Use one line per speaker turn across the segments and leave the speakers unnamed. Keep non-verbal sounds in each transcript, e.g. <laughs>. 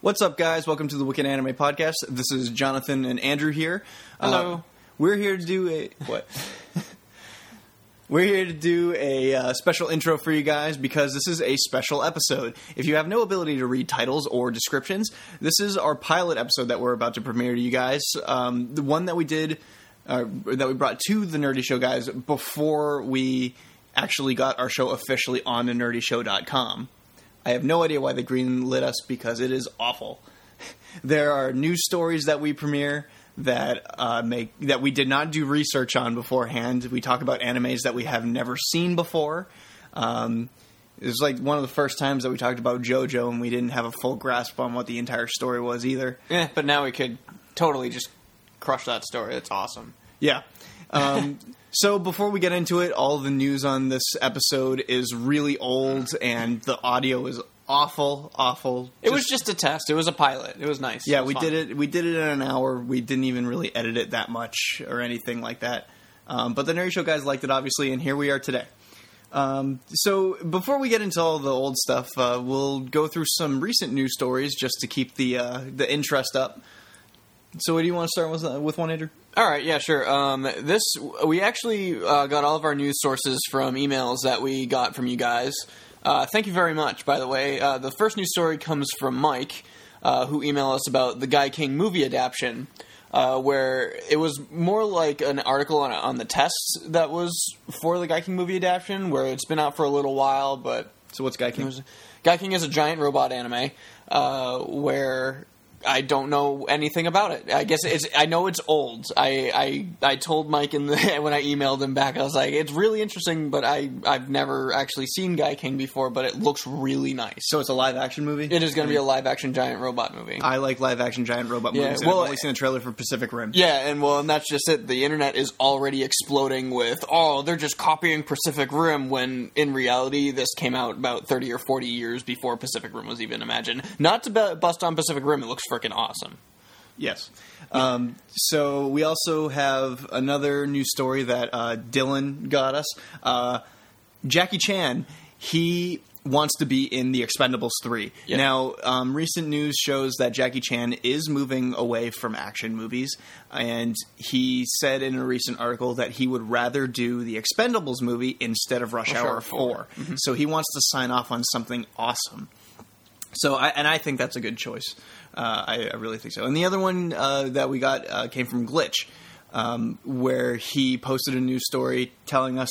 What's up, guys? Welcome to the Wicked Anime Podcast. This is Jonathan and Andrew here. Uh,
Hello.
we're here to do a what? we're here to do a uh, special intro for you guys because this is a special episode. If you have no ability to read titles or descriptions, this is our pilot episode that we're about to premiere to you guys. Um, the one that we did. Uh, that we brought to the Nerdy Show guys before we actually got our show officially on the nerdyshow.com. I have no idea why they greenlit us because it is awful. There are news stories that we premiere that uh, make that we did not do research on beforehand. We talk about animes that we have never seen before. Um, it was like one of the first times that we talked about JoJo, and we didn't have a full grasp on what the entire story was either.
Yeah, Eh, but now we could totally just crush that story. It's awesome.
Yeah.
<laughs>
Um, so before we get into it, all the news on this episode is really old, and the audio is awful, awful.
It was just a test. It was a pilot. It was nice.
yeah,
was
we
fun.
did it. We did it in an hour. We didn't even really edit it that much or anything like that. Um, but the Nerdy Show guys liked it, obviously, and here we are today. Um, so before we get into all the old stuff, uh, we'll go through some recent news stories just to keep the uh, the interest up. So, what do you want to start with? uh, with one, Andrew?
All right, yeah, sure. Um, this we actually uh, got all of our news sources from emails that we got from you guys. Uh, thank you very much, by the way. Uh, the first news story comes from Mike, uh, who emailed us about the Guy King movie adaptation, uh, where it was more like an article on, on the tests that was for the Guy King movie adaptation, where it's been out for a little while, but
So, what's Guy King?
was- Guy King is a giant robot anime uh, where I don't know anything about it. I guess it's I know it's old. I I, I told Mike in the <laughs> when I emailed him back, I was like, it's really interesting, but I I've never actually seen Guy King before, but it looks really nice.
So, it's a live action movie.
It is going to be a live action giant robot movie.
I like live action giant robot
Yeah,
movies.
well,
I've only seen the trailer for Pacific Rim.
Yeah, and well, and that's just it. The internet is already exploding with, oh, they're just copying Pacific Rim, when in reality, this came out about 30 or 40 years before Pacific Rim was even imagined. Not to bu- bust on Pacific Rim, it looks freaking awesome.
Yes. Um, so we also have another news story that uh, Dylan got us. Uh, Jackie Chan, he wants to be in The Expendables 3.
Yeah.
Now, um, recent news shows that Jackie Chan is moving away from action movies, and he said in a recent article that he would rather do The Expendables movie instead of Rush,
Rush
Hour
Hour
4.
4.
So he wants to sign off on something awesome. So, I, and I think that's a good choice. Uh, I, I really think so. And the other one uh, that we got uh, came from Glitch, um, where he posted a news story telling us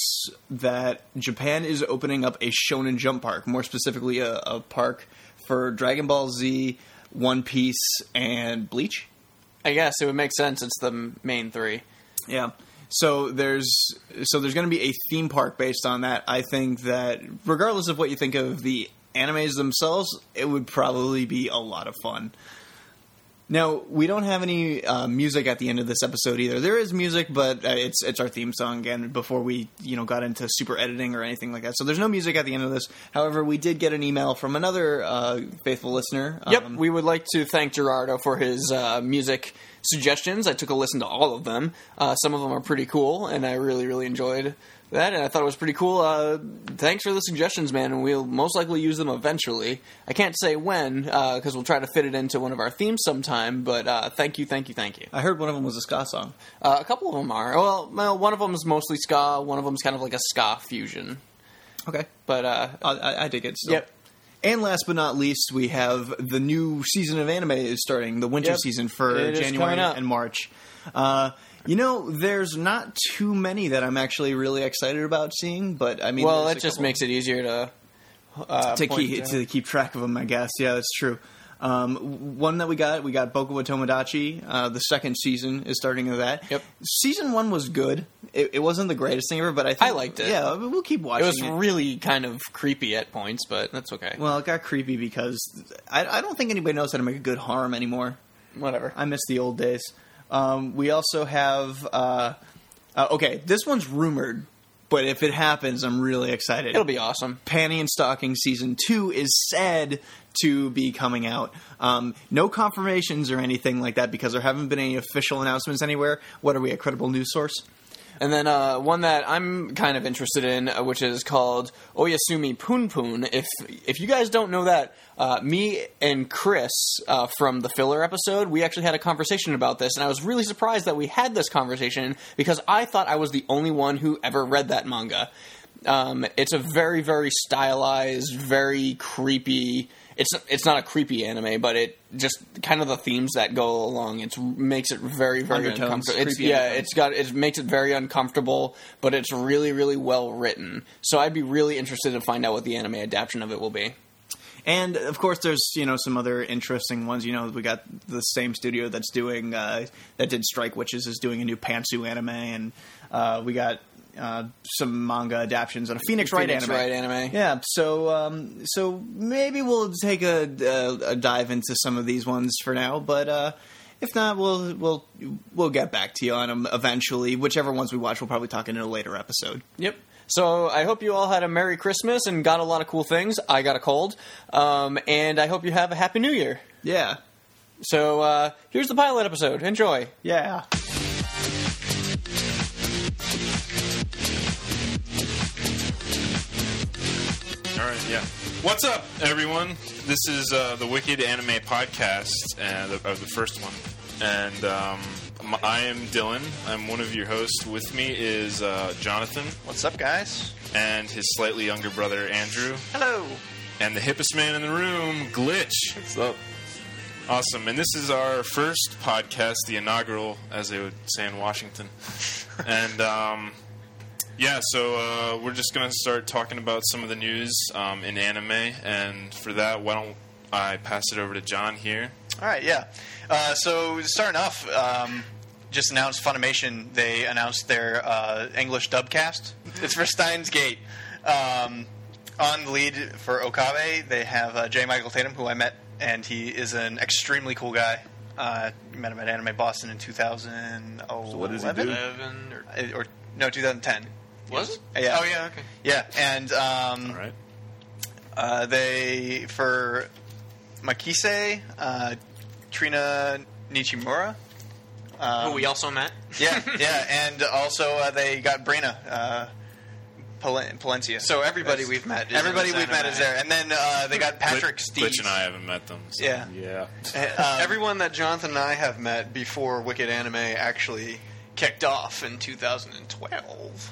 that Japan is opening up a Shonen Jump park, more specifically a, a park for Dragon Ball Z, One Piece, and Bleach.
I guess it would make sense. It's the m- main three.
Yeah. So there's so there's going to be a theme park based on that. I think that regardless of what you think of the animes themselves, it would probably be a lot of fun. Now we don't have any uh, music at the end of this episode either. There is music, but uh, it's it's our theme song again. Before we you know got into super editing or anything like that, so there's no music at the end of this. However, we did get an email from another uh, faithful listener.
Yep,
Um,
we would like to thank Gerardo for his uh, music suggestions. I took a listen to all of them. Uh, some of them are pretty cool, and I really, really enjoyed that, and I thought it was pretty cool. Uh, thanks for the suggestions, man, and we'll most likely use them eventually. I can't say when, because we'll try to fit it into one of our themes sometime, but uh, thank you, thank you, thank you.
I heard one of them was a ska song.
Uh, a couple of them are. Well, well, one of them is mostly ska, one of them is kind of like a ska fusion.
Okay,
But, uh,
I, I, I dig it. Still.
yep.
And last but not least, we have the new season of anime is starting, the winter
Yep.
season for
It is
January
coming up.
and March. Uh, you know, there's not too many that I'm actually really excited about seeing, but I mean,
Well,
there's
that
a
just
couple
makes it easier to. Uh,
to
point
keep, to keep track of them, I guess. Yeah, that's true. Um, one that we got, we got Boku wa Tomodachi. Uh, the second season is starting of that.
Yep.
Season one was good. It, it wasn't the greatest thing ever, but I think,
I liked it.
Yeah, we'll keep
It
watching.
was really kind of creepy at points, but that's okay.
well, it got creepy because I, I don't think anybody knows how to make a good harm anymore.
Whatever.
I miss the old days. Um, we also have uh, uh, okay. This one's rumored, but if it happens, I'm really excited.
It'll be awesome.
Panty and Stocking season two is said to be coming out. Um, no confirmations or anything like that because there haven't been any official announcements anywhere. What are we a credible news source?
And then uh, one that I'm kind of interested in, uh, which is called Oyasumi Poon Poon. If if you guys don't know that, uh, me and Chris uh, from the filler episode, we actually had a conversation about this, and I was really surprised that we had this conversation because I thought I was the only one who ever read that manga. Um, it's a very very stylized, very creepy. It's it's not a creepy anime, but it just kind of the themes that go along. It makes it very very
Undertones,
uncomfortable. It's,
creepy
yeah,
undertones.
it's got it makes it very uncomfortable, but it's really really well written. So I'd be really interested to find out what the anime adaptation of it will be.
And of course, there's you know some other interesting ones. You know, we got the same studio that's doing uh, that did Strike Witches is doing a new Pantsu anime, and uh, we got uh, some manga adaptions on a Phoenix, Wright
Phoenix
anime.
Wright anime.
Yeah, so um, so maybe we'll take a, a, a dive into some of these ones for now, but uh, if not, we'll we'll we'll get back to you on them eventually. Whichever ones we watch, we'll probably talk in a later episode.
Yep. So I hope you all had a Merry Christmas and got a lot of cool things. I got a cold. Um, and I hope you have a Happy New Year.
Yeah,
So uh, here's the pilot episode. Enjoy.
yeah.
All right, yeah. What's up, everyone? This is uh, the Wicked Anime Podcast, uh, the, of the first one, and um, m I am Dylan. I'm one of your hosts. With me is uh, Jonathan
What's up, guys?
and his slightly younger brother Andrew,
Hello.
and the hippest man in the room, Glitch.
What's up?
Awesome. And this is our first podcast, the inaugural, as they would say
<laughs>
in Washington. and um, yeah, so uh, we're just going to start talking about some of the news um, in anime. And for that, why don't I pass it over to John here?
All right, yeah. Uh, so starting off, um, just announced Funimation. They announced their uh, English dubcast. <laughs> It's for Steins Gate. Um, on the lead for Okabe, they have uh, J. Michael Tatum, who I met, and he is an extremely cool guy. Uh, met him at Anime Boston in 2011.
what does he do?
Eleven or
Uh, Or no, 2010.
was it?
Yeah.
Oh yeah. Okay.
Yeah, and um,
All right.
Uh, they for Makise, uh, Trina Nichimura. Um,
Who we also met. <laughs>
yeah, yeah, and also uh, they got Brina uh, Palen- Palencia.
So everybody
That's-
we've met is in
everybody
this
we've met
anime.
is there, and then uh, they got Patrick
Glitch,
Steves.
Glitch and I haven't met them. so-
Yeah,
Yeah.
Um,
Everyone that Uh, Jonathan and I have met before Wicked Anime actually kicked off in 2012.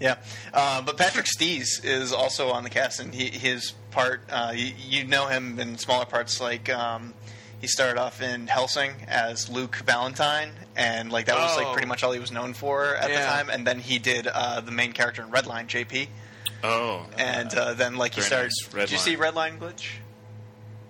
Yeah, uh, but Patrick Stees is also on the cast, and he, his part uh, you, you know him in smaller parts. Like um, he started off in Helsing as Luke Valentine, and like that was like
Oh.
pretty much all he was known for at the
Yeah.
time. And then he did uh, the main character in Redline, JP,
Oh.
and uh, then like he
Very
started. Did
nice,
you
Redline.
see Redline glitch?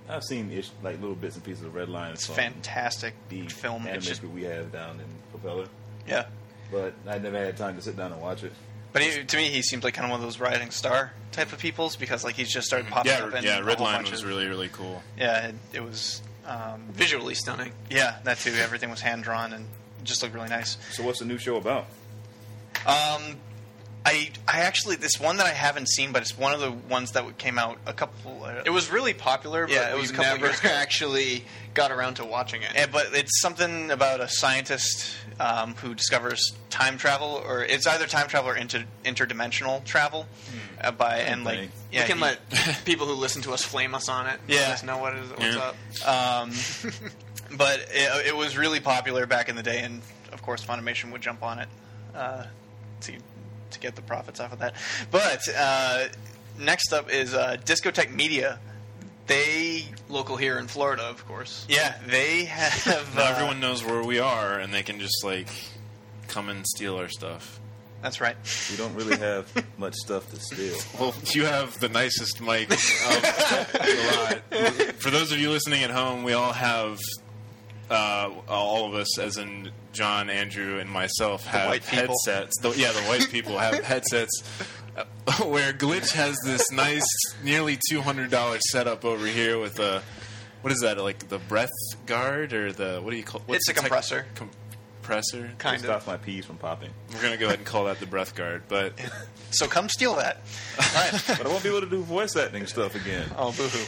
I've seen ish, like little bits and pieces of Red Line.
It's
from
fantastic
The
film.
anime
It's just,
group we have down in Propeller,
yeah,
but I never had time to sit down and watch it.
but he, to me, he seemed like kind of one of those rising star type of peoples because like he's just started popping
yeah,
up. In
yeah,
a whole
Redline
bunch
was
of-
really, really cool.
Yeah, it, it was. Um,
Visually stunning.
Yeah, that too. Everything was hand drawn and just looked really nice.
So what's the new show about?
Um, I I actually this one that I haven't seen, but it's one of the ones that came out a couple. Uh,
It was really popular, but
Yeah, it was a
we
couple
never
years <laughs> ago.
actually got around to watching it.
eh, but it's something about a scientist um, who discovers time travel, or it's either time travel or inter- interdimensional travel. Uh, by and like
thing.
yeah,
we can
he-
let
<laughs>
people who listen to us flame us on it.
Yeah.
Let us know what is what's
Yeah.
up. <laughs>
Um, but it, it was really popular back in the day, and of course, Funimation would jump on it uh, to to get the profits off of that. But uh, next up is uh, Discotech Media. They
Local here in Florida, of course.
yeah, they have
Now
uh,
everyone knows where we are, and they can just, like, come and steal our stuff.
That's right.
We don't really have much stuff to steal.
Well, you have the nicest mic of the lot. For those of you listening at home, we all have, uh, all of us, as in John, Andrew, and myself, have
white people.
headsets. The, yeah, the white
<laughs>
people have headsets. uh, Where Glitch has this nice, nearly two hundred dollar setup over here with a, what is that? Like the breath guard or the what do you call? What's
It's a
the tech-
compressor.
Compressor.
Kind
Stop
of.
my peas from popping.
We're gonna go ahead and call that the breath guard,
<laughs>
but
So come steal that. All right.
But I won't be able to do voice acting stuff again.
Oh, boohoo.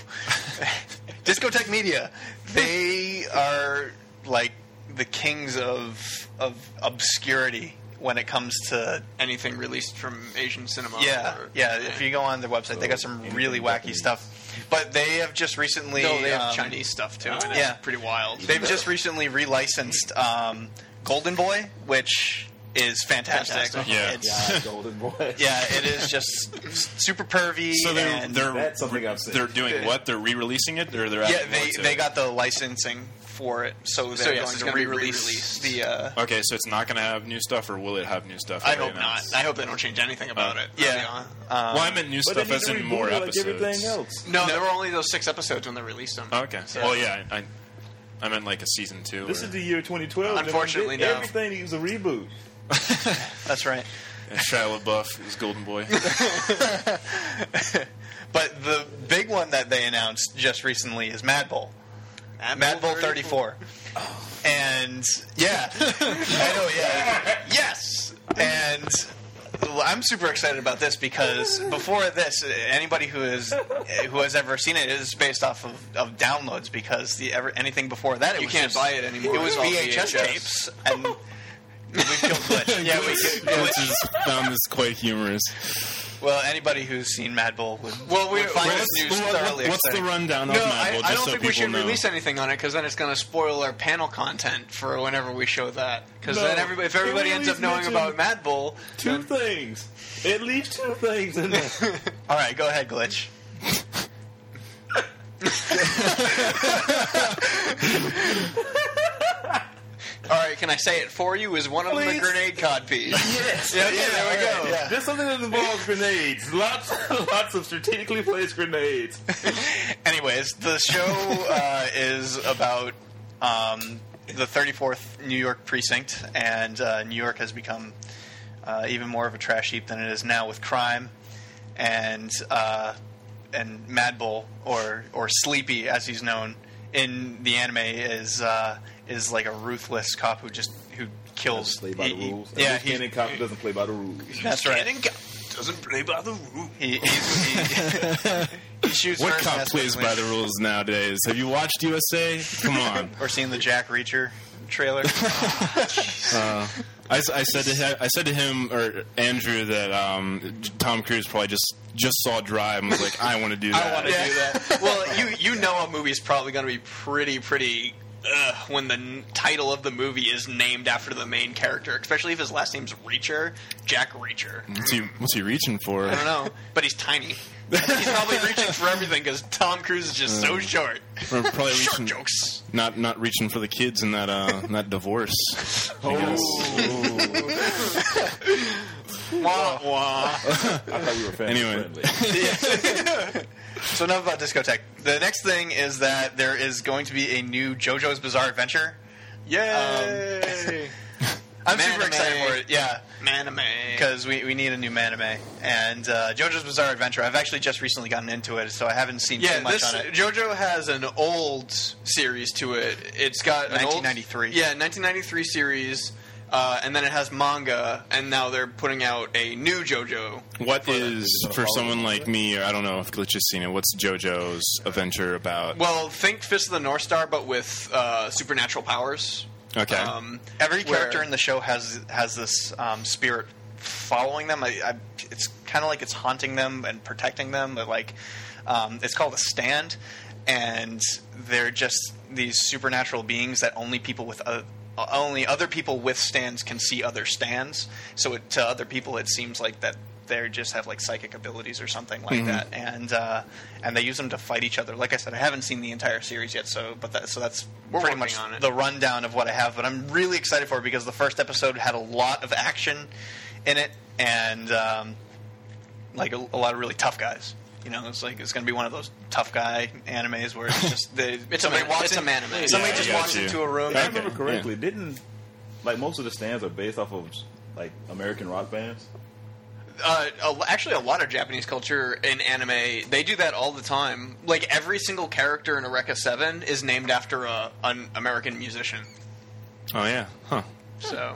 Discotech Media. They are like the kings of of obscurity.
when it comes to
Anything released from Asian cinema.
yeah
or-
yeah. If you go on their website, they got some
Anything
really wacky
Japanese.
stuff. But they have just recently
No, they have
um,
Chinese stuff too. and
yeah.
it's pretty wild.
They've just recently relicensed um, Golden Boy, which is fantastic.
Fantastic.
Yeah.
It's,
Golden Boy.
yeah, it is just super pervy.
So they're
and
they're
That's something I've seen.
they're doing what? They're re-releasing it, or they're
yeah,
adding more
they
to
they
it?
got the licensing for it, so they're
yes, it's
going
gonna be
to re-release
re-released.
the. Uh,
Okay, so it's not going to have new stuff, or will it have new stuff?
I
already
hope not.
announced?
I hope they don't change anything about
Uh,
it.
yeah. Uh,
well, I meant new
But they
stuff
need
as
to
in
reboot
more
it like
episodes.
everything else.
No, there were only those six episodes when they released them.
Okay.
So-
Well, yeah, I, I I meant like a season two.
This
or-
is the year 2012. and
Unfortunately,
they-
no.
Everything needs a reboot.
that's right.
and <laughs> Shia LaBeouf is Golden
<laughs>
Boy.
But the big one that they announced just recently is Mad Bull. Mad Bull 34. And yeah, I know, yeah. Yes! And I'm super excited about this because before this, anybody who is who has ever seen it is based off of, of downloads because the ever, anything before that it
You
was
can't
just-
buy it anymore.
It
It's
was
all
VHS,
VHS.
tapes and we
<laughs>
feel glitch. Yeah, we could.
Vince has found this um, quite humorous.
Well, anybody who's seen Mad Bull would
Well, we,
would find
we're-
this news thoroughly
what's the
exciting.
rundown of
no,
Mad
I, I
Bull, just
don't
so
think we
people
should
know?
release anything on it because then it's going to spoil our panel content for whenever we show that. Because
No.
then everybody, if everybody
They
ends up
always
knowing
mention-
about Mad Bull,
Two things. At least two things in there.
All right, go ahead,
<laughs>
glitch.
all right, can I say it for you? Is one of them the
Please.
grenade codpiece? <laughs>
Yes.
Yeah, okay, there we go.
Yeah.
There's something that involves grenades. Lots, <laughs> lots of strategically placed grenades.
Anyways,
<laughs>
the show uh, is about um, the 34th New York precinct, and uh, New York has become uh, even more of a trash heap than it is now with crime, and uh, and Mad Bull or or Sleepy as he's known in the anime is uh, is like a ruthless cop who just who kills.
Play by the
he- he-
rules.
yeah,
Every
he,
Canon cop doesn't play by the rules.
that's right.
Doesn't play by the rules.
He, he's, he,
<laughs>
he shoots
What
first,
cop
that's
plays
what-
by the rules nowadays? Have you watched USA?
<laughs>
Come on.
or seen the Jack Reacher trailer.
I, I said to him, I said to him or Andrew that um, Tom Cruise probably just just saw Drive and was like, I want to do that.
I want to do that. Well, you you know a movie's probably going to be pretty pretty uh, when the n- title of the movie is named after the main character, especially if his last name's Reacher, Jack Reacher.
What's he, what's he reaching for?
I don't know, but he's tiny. he's probably reaching for everything because Tom Cruise is just so short.
Pro- Probably
Short
reaching,
jokes.
not not reaching for the kids in that uh, in that divorce. I guess.
Wah, wah.
I thought we were family
Anyway.
friendly.
So enough about discotheque. The next thing is that there is going to be a new JoJo's Bizarre Adventure. Um,
Yay!
I'm
Manime.
super excited for it. Yeah,
Manime.
because we, we need a new manime and uh, JoJo's Bizarre Adventure. I've actually just recently gotten into it, so I haven't seen
Yeah,
too much
this
on it.
JoJo has an old series to it. It's got an old-
1993.
yeah, 1993 series, uh, and then it has manga, and now they're putting out a new JoJo.
What is for someone like me, or I don't know if Glitch has seen it. What's JoJo's adventure about?
Well, think Fist of the North Star, but with uh, supernatural powers.
okay,
Um,
Every character
where-
in the show has has this um, spirit following them. I, I, it's kind of like it's haunting them and protecting them. But like, um, it's called a stand, and they're just these supernatural beings that only people with uh, only other people with stands can see other stands. So it, to other people, it seems like that they just have like psychic abilities or something like that, and uh, and they use them to fight each other. Like I said, I haven't seen the entire series yet, so but that, so that's
We're
pretty
working
much
on it.
the rundown of what I have, but I'm really excited for it because the first episode had a lot of action in it and um, like a, a lot of really tough guys. You know, it's like it's going to be one of those tough guy animes where it's just they,
<laughs> It's a
somebody
man-
walks
it's a
in-
manime.
Somebody
Yeah, I
just
got
walks
you.
into a room.
If I remember
Okay,
correctly, didn't like most of the stands are based off of like American rock bands.
uh, a- actually, a lot of Japanese culture in anime, they do that all the time. Like, every single character in Eureka 7 is named after a, an American musician.
oh yeah, huh?
So,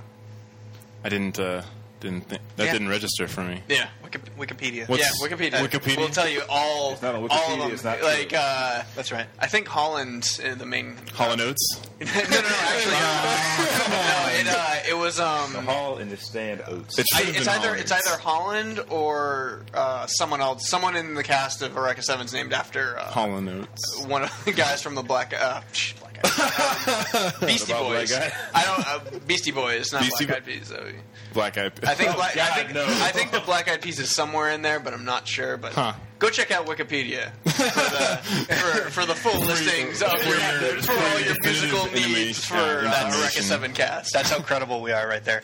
I didn't. Uh, Didn't think that
Yeah.
didn't register for me.
Yeah.
Wiki- Wikipedia.
What's-
yeah, Wikipedia.
Wikipedia?
will tell you all.
It's not on
All of
Wikipedia,
them.
it's not
like
true.
uh,
That's right.
I think Holland, uh, the main.
Hollow Notes.
no, no, no. Actually, no. It, uh, it was
The
um.
hall and the stand oats.
It
I,
should have
it's
been
either
Hollow
it's
Notes.
either Holland or uh, someone else. Someone in the cast of Eureka Seven's named after uh,
Hollow Notes.
one of the guys from the Black uh, psh, Black Eyed- um, Beastie
About Black
Boys.
Eyed?
I don't uh, Beastie Boys, not
Beastie
Black Eyed
Bo-
Peas. I mean.
Black Eyed.
I think
<laughs>
Black, I
God,
think
no.
I think the Black Eyed Peas is somewhere in there, but I'm not sure. But
Huh.
go check out Wikipedia for the, for, for the full listings of your,
your- for
for all
your
your musical
definitive
needs for
anime- yeah,
uh, Eureka
information.
Seven cast.
That's how credible we are
<laughs>
right there.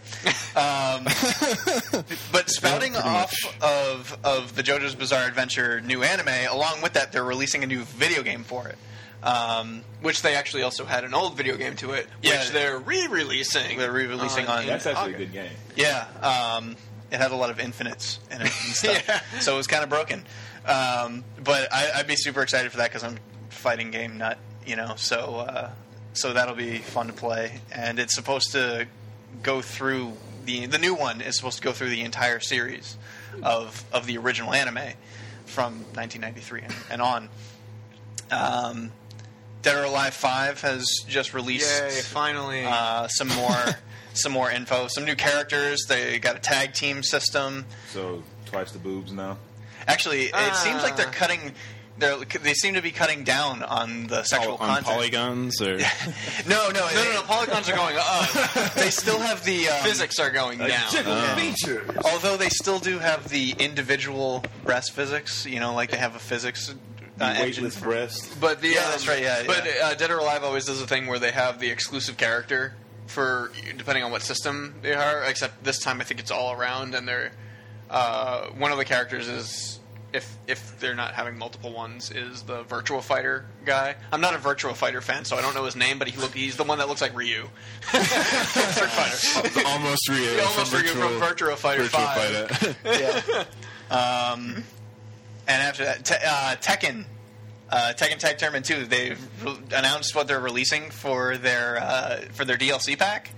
Um, but spouting
pretty
off
much.
of of the JoJo's Bizarre Adventure new anime, along with that, they're releasing a new video game for it. Um,
which they actually also had an old video game to it,
Yeah.
which they're re-releasing.
They're re-releasing on-
That's actually
August.
a good game.
yeah, um, it had a lot of infinites in it and stuff,
<laughs> Yeah.
so it was kind of broken. Um, but I, I'd be super excited for that because I'm a fighting game nut, you know. So uh, so that'll be fun to play, and it's supposed to go through the the new one is supposed to go through the entire series of of the original anime from 1993 and, and on. Um, Dead or Alive Five has just released
Yay! Finally,
uh, some
<laughs>
more some more info, some new characters. They got a tag team system.
So twice the boobs now.
Actually, it seems like they're
Ah.
cutting. They're, they seem to be cutting down on the sexual
Oh, on
content.
polygons or <laughs>
no, no,
no, no, no. Polygons are going up.
They still have the um,
Physics are going down.
Although they still do have the individual breast physics. You know, like they have a physics uh,
The
engine
weightless
for
breast.
But the
Yeah,
um,
that's right, yeah,
But
yeah.
Uh, Dead or Alive always does a thing where they have the exclusive character for depending on what system they are. Except this time, I think it's all around, and they're uh, one of the characters is. If, if they're not having multiple ones, is the virtual fighter guy? I'm not a virtual fighter fan, so I don't know his name, but he look he's the one that looks like Ryu. <laughs> Street Fighter.
almost Rio.
We almost
from
forget
virtual,
from Virtua Fighter
Virtua
5.
Fighter. <laughs>
And after that, te- uh, Tekken, uh, Tekken Tag Tournament Two. They've re- announced what they're releasing for their uh, for their DLC pack.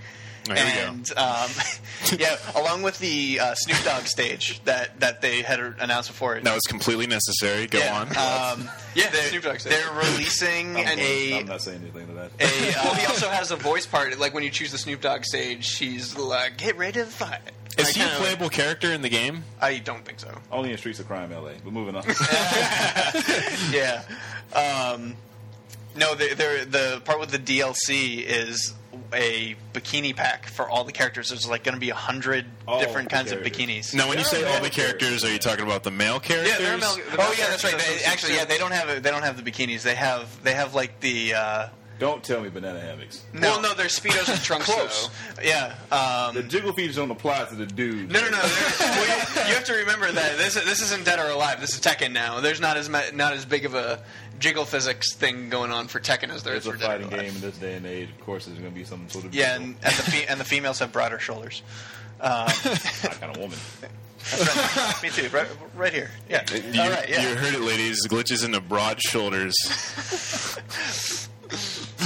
Oh, here we go.
and um, <laughs> yeah, along with the uh, Snoop Dogg stage that that they had announced before.
that was completely necessary. Go
yeah,
on.
uh,
Um,
Yeah,
they're,
Snoop Dogg stage.
They're releasing
I'm,
a
I'm not saying anything to that.
a.
<laughs> well, he
Uh,
also has a voice part. Like when you choose the Snoop Dogg stage, he's like, "Get ready to fight."
Is
I
he a
kinda-
playable character in the game?
I don't think so.
Only in Streets of Crime, LA. But moving on.
yeah. Um, no, they they're, the part with the DLC is a bikini pack for all the characters. There's like going to be a hundred
Oh,
All
different
the
kinds of
characters.
bikinis.
Now, when you
They're
say all
male
the characters, are you talking about the male characters?
Yeah, they're male- the male
Oh yeah, that's right.
characters
They,
are
actually, yeah, they don't have they don't have the bikinis. They have they have like the uh,
Don't tell me banana hammocks.
Well, no, they're speedos
<laughs>
and trunks.
close.
though.
Yeah. Um,
The jiggle feet don't apply to the dude.
No, no, no.
<laughs>
they're- well, you, you have to remember that this this isn't Dead or Alive. This is Tekken now. There's not as ma- not as big of a jiggle physics thing going on for Tekken as there is
It's a
for Dead or
fighting
Alive.
game in this day and age. Of course, there's going to be some sort of
yeah,
jiggle.
and, and the fe- and the females have broader shoulders.
that kind of
<laughs>
woman.
Me too. Right, right here. Yeah.
You,
All right.
you
Yeah.
heard it, ladies. Glitches into broad shoulders.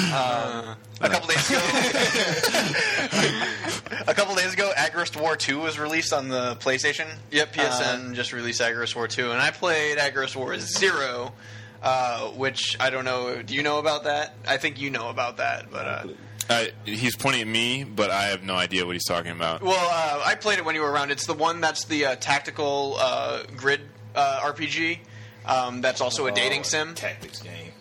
A couple days ago. <laughs> a couple days ago, Agorist War Two was released on the PlayStation.
Yep, PSN
Um,
just released Agorist War 2, and I played Agorist War 0, uh, which I don't know. Do you know about that? I think you know about that, but. Uh,
Uh, he's pointing at me, but I have no idea what he's talking about.
well, uh, I played it when you were around. It's the one that's the uh, tactical uh, grid uh, RPG. Um, that's also a dating
Oh,
sim.
tactics game.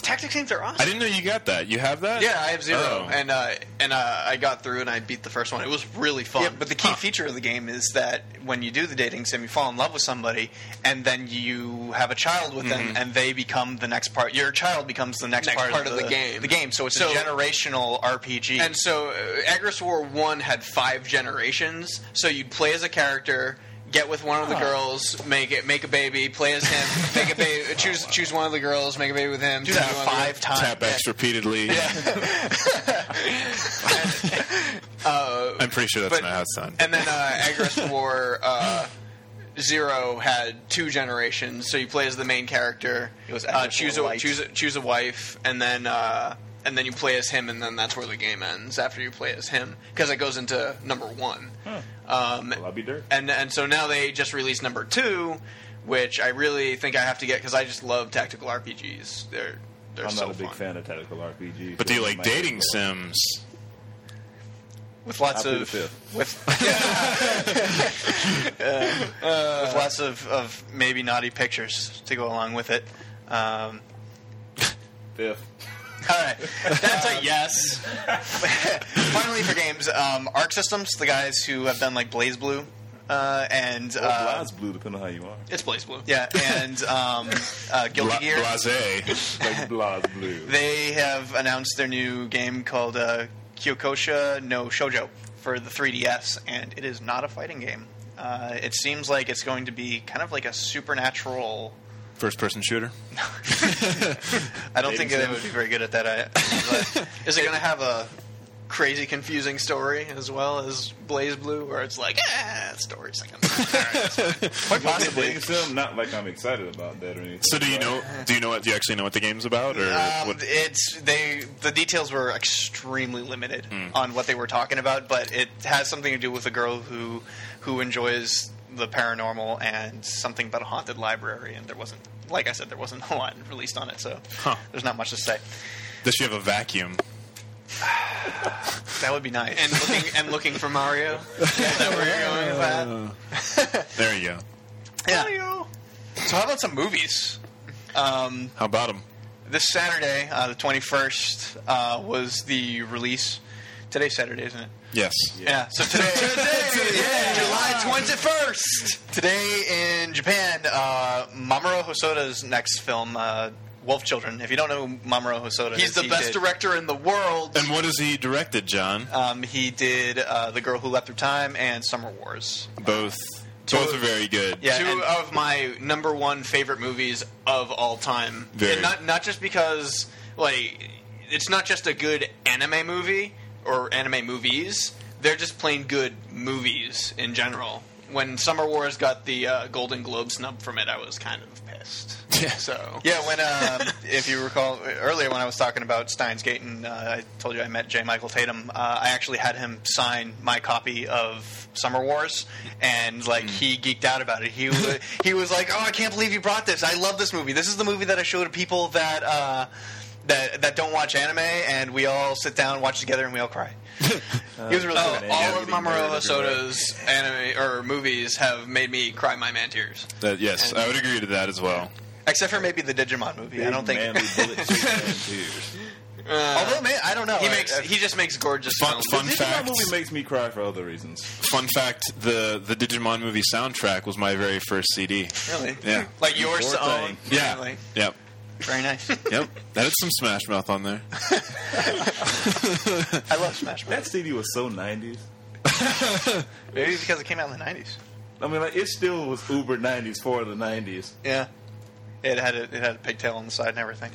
Tactics sims are awesome.
I didn't know you got that. You have that?
Yeah, I have zero,
Oh.
and uh, and uh, I got through and I beat the first one. It was really fun.
Yeah, but the key feature of the game is that when you do the dating sim, you fall in love with somebody, and then you have a child with them, and they become the next part. Your child becomes the next,
Mm-hmm. Next part of the game.
The game. So it's
So-
a generational RPG.
And so, uh, Agris War 1 had five generations. So, you'd play as a character, get with one of the girls, make it, make a baby, play as him, make a baby, <laughs> choose choose one of the girls, make a baby with him.
do
choose
that
one of the-
five times.
Tap X repeatedly. <laughs> I'm pretty sure that's
but-
not how it's done.
And then uh, Agris War uh, Zero had two generations. So, you play as the main character,
It was
uh,
Agris
choose,
War
a,
Lite.
choose, a, choose a wife, and then. Uh,
and then you play as him, and then that's where the game ends after you play as him because it goes into number one. Um,
Well, I'll be dirt.
and and so now they just released number two, which I really think I have to get because I just love tactical RPGs. They're they're
I'm
so
not a big
fun.
fan of tactical RPG.
But
so
do you
I
like
might-
dating sims?
with lots
I'll be the
of
fifth.
with uh, with lots of, of maybe naughty pictures to go along with it. Um,
Fifth.
all right, that's a yes. <laughs> Finally, for games, um, Arc Systems, the guys who have done like Blaze Blue, uh, and
Oh,
Or
uh,
Blaz blue, depending on how you
<laughs>
are.
It's Blaze Blue.
yeah, and um,
<laughs>
uh, Guilty
Bla-
Gear.
blase.
Like Blaz blue.
They have announced their new game called uh, Kyokosha no Shoujo for the 3DS, and it is not a fighting game. Uh, it seems like it's going to be kind of like a supernatural.
First person shooter.
I don't
Dating
think they
sim.
would be very good at that. I, but
Is it going to have a crazy, confusing story as well as Blaze Blue, where it's like, ah, story second.
quite possibly.
Dating sim, not like I'm excited about that or anything.
So do you
but
know? Do you know what? Do you actually know what the game's about? Or
Um,
what,
it's they. The details were extremely limited on what they were talking about, but it has something to do with a girl who who enjoys the paranormal and something about a haunted library. And there wasn't, like I said, there wasn't <laughs> a lot released on it, so
Huh.
there's not much to say.
does she have a vacuum?
That would be nice.
and looking and looking for
<laughs>
Mario. Is that where you're going with that?
There you go.
Yeah.
So how about some movies?
Um,
How about him?
this Saturday, uh, the 21st, uh, was the release. Today's Saturday, isn't it?
Yes.
Yeah. So <laughs> today, July twenty first. Today in Japan, uh, Mamoru Hosoda's next film, uh, Wolf Children. If you don't know who Mamoru Hosoda,
He's
is,
the
he
best
did-
director in the world.
And what has he directed, John?
Um, he did uh, The Girl Who Leapt Through Time and Summer Wars.
Both. Both are very good.
Yeah,
two
and-
of my number one favorite movies of all time.
Very.
And not not just because like it's not just a good anime movie or anime movies. They're just plain good movies in general. When Summer Wars got the uh, Golden Globe snub from it, I was kind of pissed.
Yeah.
So
<laughs> Yeah, when um, if you recall earlier when I was talking about Steins Gate and uh, I told you I met J. Michael Tatum, uh, I actually had him sign my copy of Summer Wars, and like he geeked out about it. He wa- he was like, "Oh, I can't believe you brought this! I love this movie. This is the movie that I show to people that uh, that that don't watch anime, and we all sit down, watch together, and we all cry."
uh,
he was really
Oh,
cool.
all of
getting
Mamoru
nerd everywhere.
Hosoda's anime or movies have made me cry my man tears.
That- yes, I would agree to that as well.
except for maybe the Digimon movie. I don't
<laughs>
think.
Manly bullet tears.
Although, man, I don't know.
He
I-
makes
I-
he just makes gorgeous
Fun,
films.
fun
That
fact.
movie makes me cry for other reasons.
Fun fact: the the Digimon movie soundtrack was my very first CD.
really,
Yeah.
like your
Poor
song.
thing.
Yeah.
Really?
Yep.
Very nice.
Yep. That had some Smash Mouth on there.
<laughs> I love Smash Bros.
That CD was so 90s.
Maybe because it came out in the nineties.
I mean, like, it still was uber 90s for the 90s.
Yeah, it had a, it had a pigtail on the side and <laughs> everything.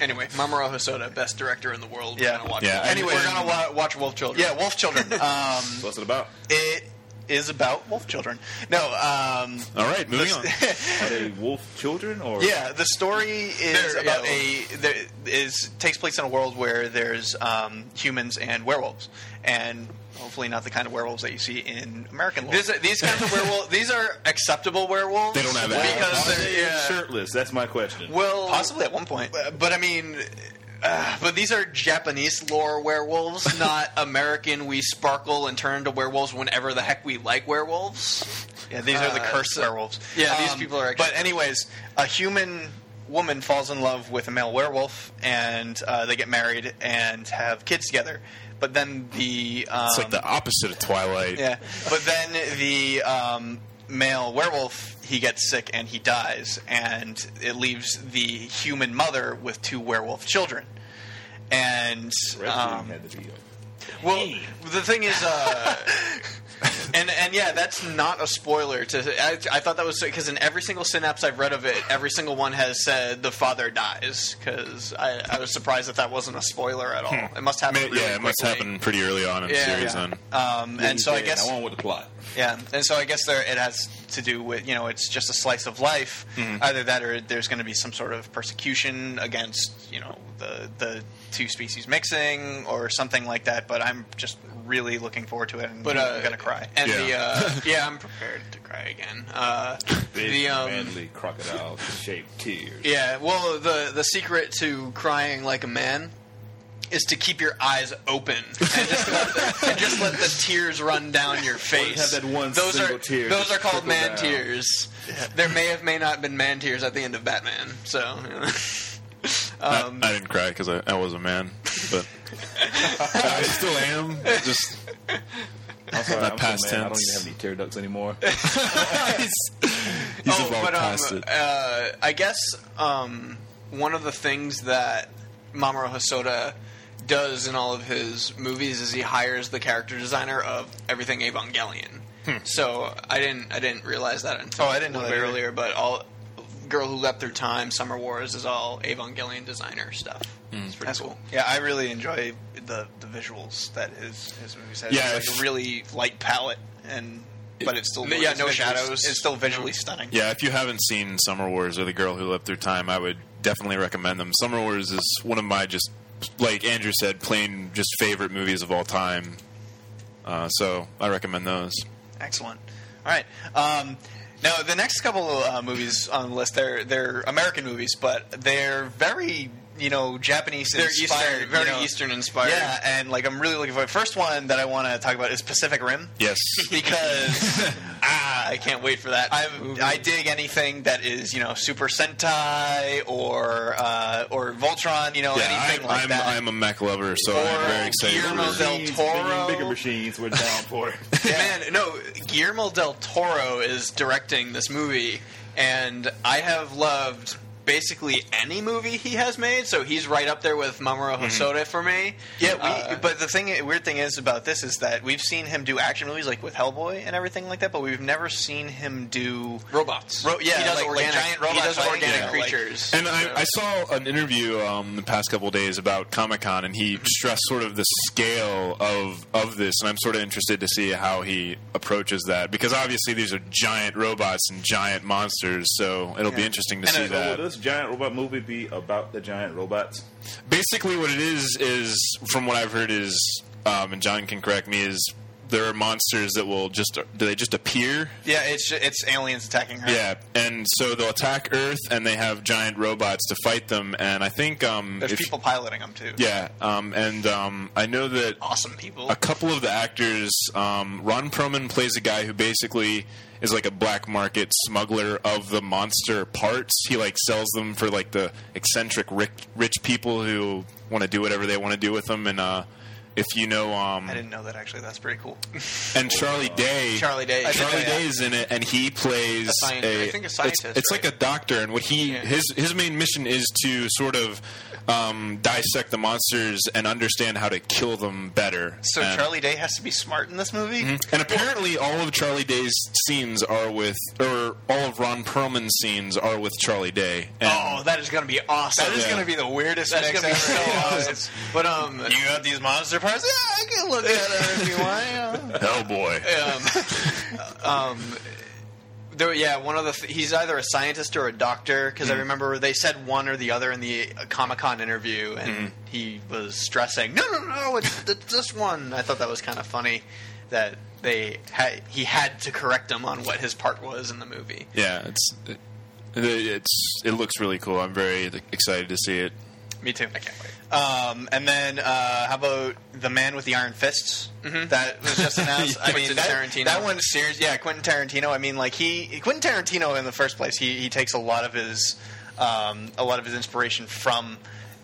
Anyway, Mamoru Hosoda, best director in the world.
Yeah.
We're gonna watch
Yeah,
Wolf-
I-
Anyway, we're gonna wa- watch Wolf Children.
Yeah, Wolf Children. Um,
Mm-hmm.
So what's it about?
it is about wolf children. No, um,
All right, moving
<laughs>
on.
Are they wolf children or?
yeah, the story is
There-
about
yeah,
a there is takes place in a world where there's um, humans and werewolves, and hopefully not the kind of werewolves that you see in American lore.
These, these kinds of werewolves, these are acceptable werewolves.
They don't have
because
abs.
Are
they're-
they
yeah.
shirtless? That's my question.
Well,
Possibly at one point.
but I mean, uh, but these are Japanese lore
<laughs>
werewolves, not American. We sparkle and turn into werewolves whenever the heck we like werewolves.
Yeah, these are the
Uh,
cursed
so-
werewolves. Um,
yeah, these people are actually-
But anyways, a human woman falls in love with a male werewolf, and uh, they get married and have kids together. But then the um,
It's like the opposite of Twilight.
yeah, but then the um, male werewolf he gets sick and he dies, and it leaves the human mother with two werewolf children. And
Red Room
um,
had to be.
Well, the thing is, uh, and and yeah, that's not a spoiler. To I, I thought that was because in every single synapse I've read of it, every single one has said the father dies. Because I, I was surprised that that wasn't a spoiler at all. It must happen.
Ma-
really
Hmm. yeah, it must
quickly.
happen pretty early on in the
Yeah,
series.
yeah.
Then
Um, and so I guess
I want with the plot.
yeah, and so I guess there it has to do with you know it's just a slice of life.
Mm-hmm.
Either that, or there's going to be some sort of persecution against you know the the two species mixing or something like that. But I'm just really looking forward to it, and
But, uh,
I'm going to cry.
and the, Yeah.
<laughs>
uh, yeah, I'm prepared to cry again. Uh,
Big,
The, um,
manly crocodile-shaped tears.
yeah, well, the the secret to crying like a man is to keep your eyes open and just let the, and just let the tears run down your face.
have that one
those are
single tear
those
just
are called
trickle
man
down.
tears. There may have may not have been man tears at the
<laughs>
end of Batman. So. you know.
I-
Um,
I, didn't cry because I, I was a man,
<laughs>
but I still am. Just
I'm sorry,
Not
I'm
past
so mad, I don't
tense.
even have any tear ducts anymore.
he's
oh,
evolved
but um,
past it.
uh, I guess um, one of the things that Mamoru Hosoda does in all of his movies is he hires the character designer of everything Evangelion. So I didn't I Hmm. didn't realize that until
Oh, I didn't know
a little
that
bit
either.
earlier. But all Girl Who Leapt Through Time, Summer Wars is all Evangelion designer stuff. It's pretty Hmm. cool.
Yeah, I really enjoy the the visuals that his his movies have.
Yeah,
It's like
if-
a really light palette, and but it's still
Yeah,
it's
no
visually-
shadows.
It's still visually stunning.
Yeah, if you haven't seen Summer Wars or The Girl Who Left Through Time, I would definitely recommend them. Summer Wars is one of my just like Andrew said, plain just favorite movies of all time. Uh, so I recommend those.
Excellent. All right. Um, now the next couple uh, movies on the list, they're they're American movies, but they're very you know Japanese
They're
inspired,
Eastern, very
you know.
Eastern inspired.
Yeah, and like I'm really looking for. First one that I want to talk about is Pacific Rim
Yes, <laughs>
because ah, I can't wait for that. I I dig anything that is you know Super Sentai or uh, or Voltron, you know
yeah,
anything
I,
like
I'm
that.
I'm a mech lover, so I'm
Or
very excited.
Guillermo
For
del <laughs>
Machines,
Toro.
Bigger machines, we're down for
<laughs>
it.
Man, no, Guillermo del Toro is directing this movie, and I have loved basically any movie he has made, so he's right up there with Mamoru Hosoda for me.
Mm-hmm. Yeah, we,
Uh,
but the thing, weird thing is about this is that we've seen him do action movies like with Hellboy and everything like that, but we've never seen him do.
robots.
Ro- yeah,
he does
like- like
organic,
giant
He
robot
does
fighting,
organic
yeah, like-
creatures.
And I, I saw an interview um, the past couple days about Comic Con, and he stressed sort of the scale of of this. And I'm sort of interested to see how he approaches that because obviously these are giant robots and giant monsters, so it'll be interesting to see
So will
that.
Oh, this giant robot movie be about the giant robots?
Basically, what it is is, from what I've heard, is um, and John can correct me is there are monsters that will just do they just appear
Yeah, it's it's aliens attacking her.
yeah and so they'll attack earth and they have giant robots to fight them and i think um
there's
if-
people piloting them too.
yeah um and um i know that
awesome people.
a couple of the actors. Um, Ron Perlman plays a guy who basically is like a black market smuggler of the monster parts. He like sells them for like the eccentric rich, rich people who want to do whatever they want to do with them. And uh, if you know, um,
I didn't know that actually. That's pretty cool.
and Charlie Day,
Charlie Day.
I
Charlie
yeah.
Day is in it, and he plays
A scientist. I think a scientist,
It's, it's like a doctor, and what he
Yeah.
his his main mission is to sort of um, dissect the monsters and understand how to kill them better.
So
And-
Charlie Day has to be smart in this movie.
and apparently, all of Charlie Day's scenes are with, or all of Ron Perlman's scenes are with Charlie Day. And
oh, that is going to be awesome.
That is
Yeah.
going to be the weirdest
That's
mix
gonna be
ever.
<laughs> so
Yeah.
awesome. But um,
You got these monster parts? Yeah, I can look at her if you want.
Hellboy!
um, um, there, yeah, one of the th- he's either a scientist or a doctor because I remember they said one or the other in the Comic Con interview, and he was stressing, "No, no, no, it's, it's this one." I thought that was kind of funny that they had he had to correct him on what his part was in the movie.
Yeah, it's it, it's it looks really cool. I'm very excited to see it.
Me too. I can't wait.
Um, and then uh, how about the man with the iron fists that was <laughs> just announced? I mean,
Quentin
that,
Tarantino.
That one's serious. Yeah, Quentin Tarantino. I mean, like he Quentin Tarantino in the first place. He he takes a lot of his um, a lot of his inspiration from.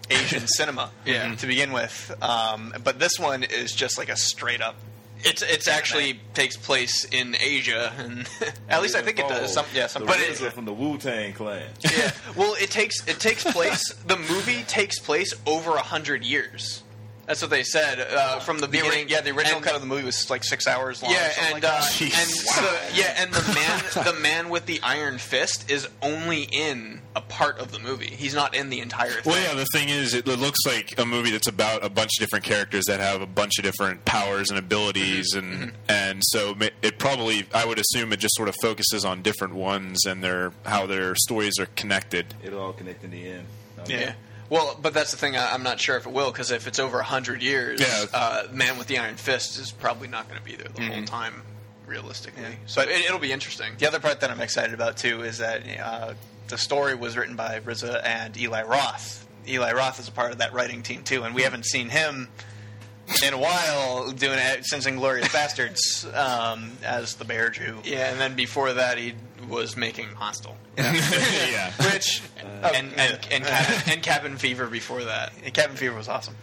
<laughs> Asian cinema,
Yeah.
to begin with, um, but this one is just like a straight up.
It's it's actually takes place in Asia, and <laughs> at least I think it does. Some, yeah, some,
Oh, the
but
RZA
it,
from the Wu Tang Clan.
<laughs> yeah. Well, it takes it takes place. The movie takes place over a hundred years. That's what they said uh, from the
The ori-
beginning.
yeah, the original
And-
cut of the movie was like six hours long. or
Yeah, and
something like
uh,
that.
and so, yeah, and the <laughs> man, the man with the iron fist is only in a part of the movie. He's not in the entire thing.
Well, yeah. The thing is, it looks like a movie that's about a bunch of different characters that have a bunch of different powers and abilities, and and so ma- it probably, I would assume, it just sort of focuses on different ones and their how their stories are connected.
It'll all connect in the end. Um,
Yeah. Well, but that's the thing. I, I'm not sure if it will because if it's over hundred years,
Yeah.
uh, Man with the Iron Fist is probably not going to be there the whole time, realistically. So
But-
it, it'll be interesting.
The other part that I'm excited about too is that uh, the story was written by RZA and Eli Roth. Eli Roth is a part of that writing team too, and we haven't seen him in a while doing it since Inglorious Bastards um, as the Bear Jew.
Yeah, and then before that, he was making Hostel
<laughs> yeah.
Which and, and,
<laughs>
and, Cabin,
and Cabin Fever. Before that,
and Cabin Fever was awesome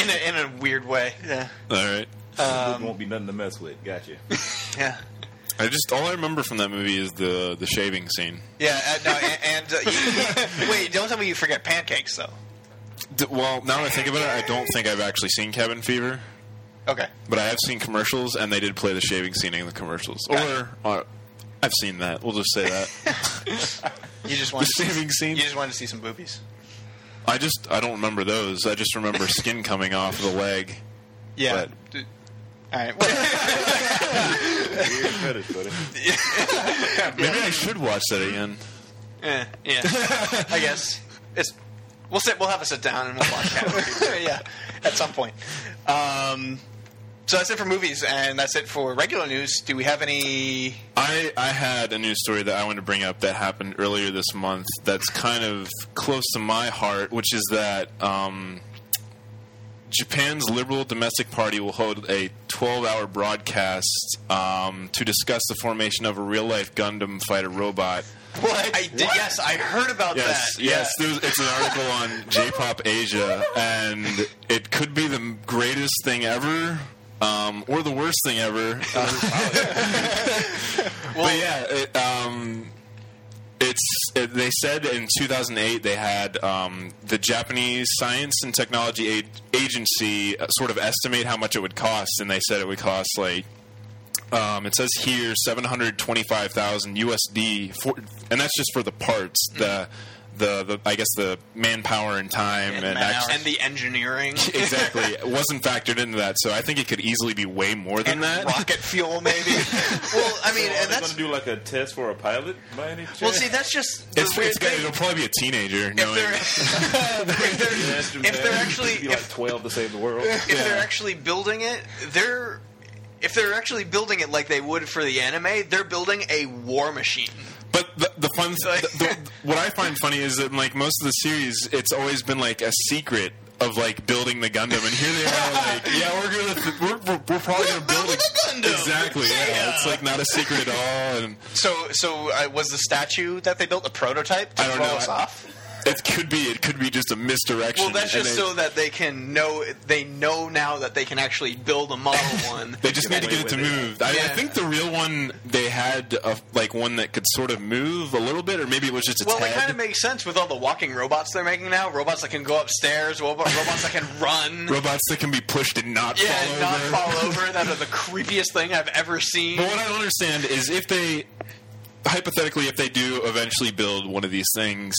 in a, in a weird way. Yeah,
All right.
it won't be nothing to mess with.
<laughs>
Gotcha.
yeah.
I just all I remember from that movie is the the shaving scene.
Yeah, uh, no, and, and uh, <laughs> you- you- wait, don't tell me you forget pancakes though.
D- well, now that I think about it, I don't think I've actually seen Cabin Fever,
Okay,
but I have seen commercials, and they did play the shaving scene in the commercials. Or, or I've seen that. We'll just say that
you just
the
wanted to see,
shaving scene.
you just wanted to see some boobies.
I just I don't remember those. I just remember skin coming off the leg.
Yeah.
But
All right. Well,
Weird fetish, buddy.
maybe I should watch that again.
eh,
<laughs>
yeah, I guess it's. We'll sit. We'll have a sit down and we'll watch Cabin Fever.
<laughs> yeah, at some point. Um, so that's it for movies, and that's it for regular news. Do we have any?
I, I had a news story that I wanted to bring up that happened earlier this month that's kind of close to my heart, which is that um, Japan's Liberal Domestic Party will hold a 12 hour broadcast um, to discuss the formation of a real life Gundam fighter robot.
What?
I did, yes, I heard about
Yes,
that.
yes. There's, it's an article
<laughs>
on J-pop Asia, and it could be the greatest thing ever, um, or the worst thing ever. <laughs> but yeah, it, um, it's. It, they said in 2008 they had um, the Japanese Science and Technology A- Agency uh, sort of estimate how much it would cost, and they said it would cost like um, it says here seven hundred twenty-five thousand USD, for, and that's just for the parts.
Hmm.
The, the the I guess the manpower and time and, act-
and the engineering.
<laughs> exactly it wasn't factored into that. So I think it could easily be way more than that.
rocket
<laughs>
fuel, maybe. well, I mean,
Are they
and
going
that's
to do like a test for a pilot by any chance?
well. See, that's just the
It's,
weird
it's gonna,
thing.
it'll probably be a teenager.
If
knowing-
they're, <laughs>
<laughs>
if they're, if they're actually,
be
if
like twelve to save the world.
<laughs> if they're actually building it, they're if they're actually building it like they would for the anime, they're building a war machine.
But the, the fun, th- the, the, what I find funny is that like most of the series, it's always been like a secret of like building the Gundam, and here they are like,
<laughs>
yeah, we're gonna, th- we're, we're, we're probably gonna build a
building a Gundam!
Exactly, yeah. it's like not a secret at all, and
So, so uh, was the statue that they built a prototype to
I don't
throw
know.
us off?
it could be, it could be just a misdirection.
Well, that's
and
just
they,
so that they can know they know now that they can actually build a
<laughs>
model one.
They just need to get it to
with it.
move. I, I
Yeah.
think the real one they had, a, like one that could sort of move a little bit, or maybe it was just its
well,
head.
it kind of makes sense with all the walking robots they're making now. Robots that can go upstairs, robo- robots that can run,
Robots that can be pushed and not
yeah,
fall
and not
over.
fall over. That are the creepiest thing I've ever seen.
But what I don't understand is if they, hypothetically, if they do eventually build one of these things,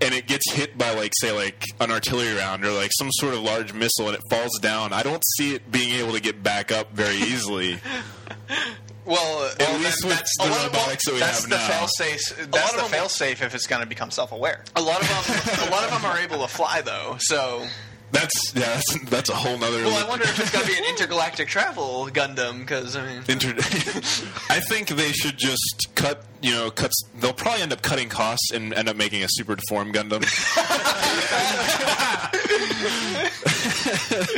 and it gets hit by like say like an artillery round or like some sort of large missile and it falls down, I don't see it being able to get back up
<laughs>
very easily.
Well,
At least with the
a lot of-
robotics that we
that's
have
the
now.
fail-safe. That's
of
the
them-
fail-safe if it's going to become self-aware.
a lot of them, <laughs> a lot of them are able to fly though. So
That's yeah, that's, that's a whole nother.
Well, I wonder if it's going to be an intergalactic travel Gundam, because, I mean.
Inter- <laughs> I think they should just cut. You know, cuts. They'll probably end up cutting costs and end up making a super deformed Gundam. <laughs>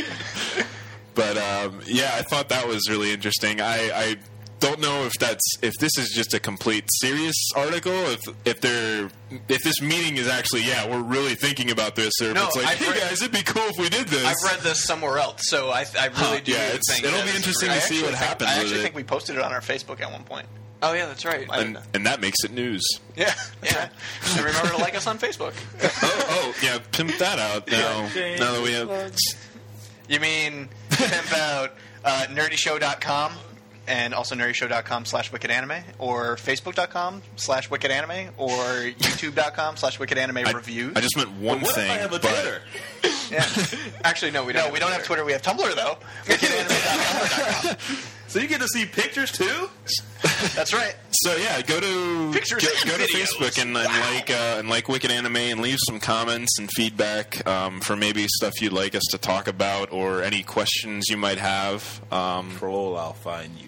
but um, yeah, I thought that was really interesting. I, I don't know if that's if this is just a complete serious article. If if they're if this meeting is actually yeah, we're really thinking about this. Or
No,
if it's like,
I've
hey
read-
guys, it'd be cool if we did this.
I've read this somewhere else, so I, I really do
yeah, it's-
think
it'll
that
be
it's
interesting
real.
to see
actually
what
think-
happens
I
with
actually
it.
think we posted it on our Facebook at one point.
Oh yeah, that's right.
and, and that makes it news.
yeah, yeah. so remember to like us on Facebook.
oh, oh, yeah, pimp that out now. now that we have,
You mean pimp out uh, nerdyshow.com and also nerdyshow.com slash wicked anime or facebook.com slash wicked anime
<laughs>
or youtube.com slash wicked anime
I,
reviews.
I just meant one
What
thing,
if I have a
but
Twitter?
<laughs> Actually, no, we don't.
no, we don't have Twitter. We have
<laughs>
Tumblr, though. WickedAnime.tumblr.com.
So you get to see pictures too? <laughs>
That's right.
so yeah, go to
Pictures
go,
and
go to
videos.
Facebook and, and like uh, and like Wicked Anime and leave some comments and feedback um, for maybe stuff you'd like us to talk about or any questions you might have. Um,
Troll, I'll find you.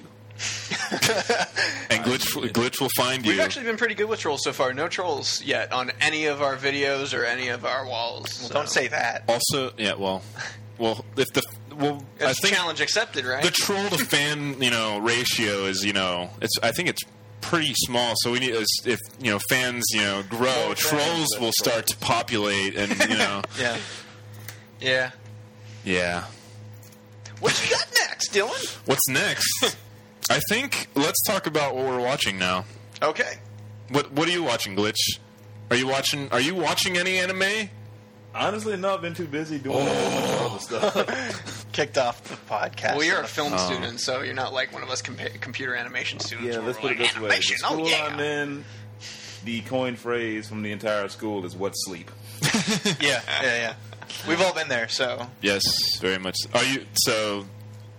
and glitch glitch will find
We've
you.
actually been pretty good with trolls so far. No trolls yet on any of our videos or any of our walls.
Well,
so.
don't say that.
also, yeah, well, well, if the well, I
That's
think
challenge accepted, right?
the troll to fan you know ratio is you know it's I think it's pretty small. So we need is if you know fans you know grow,
More fans
trolls
than
will start to populate, and you know
Yeah.
<laughs> yeah.
<laughs> yeah.
What you got next, Dylan?
What's next? I think let's talk about what we're watching now.
Okay.
What what are you watching, Glitch? Are you watching Are you watching any anime?
Honestly, no, I've been too busy
Oh.
doing all this other
<laughs>
stuff.
Kicked off the podcast.
Well, you're <laughs> a film student, so you're not like one of us compa- computer animation students.
yeah,
where
let's
we're
put it
like,
this way: the
animation,
school
oh yeah.
I'm in, the coin phrase from the entire school is "What's sleep."
Yeah, yeah, yeah. We've all been there, so.
Yes, very much. Are you so?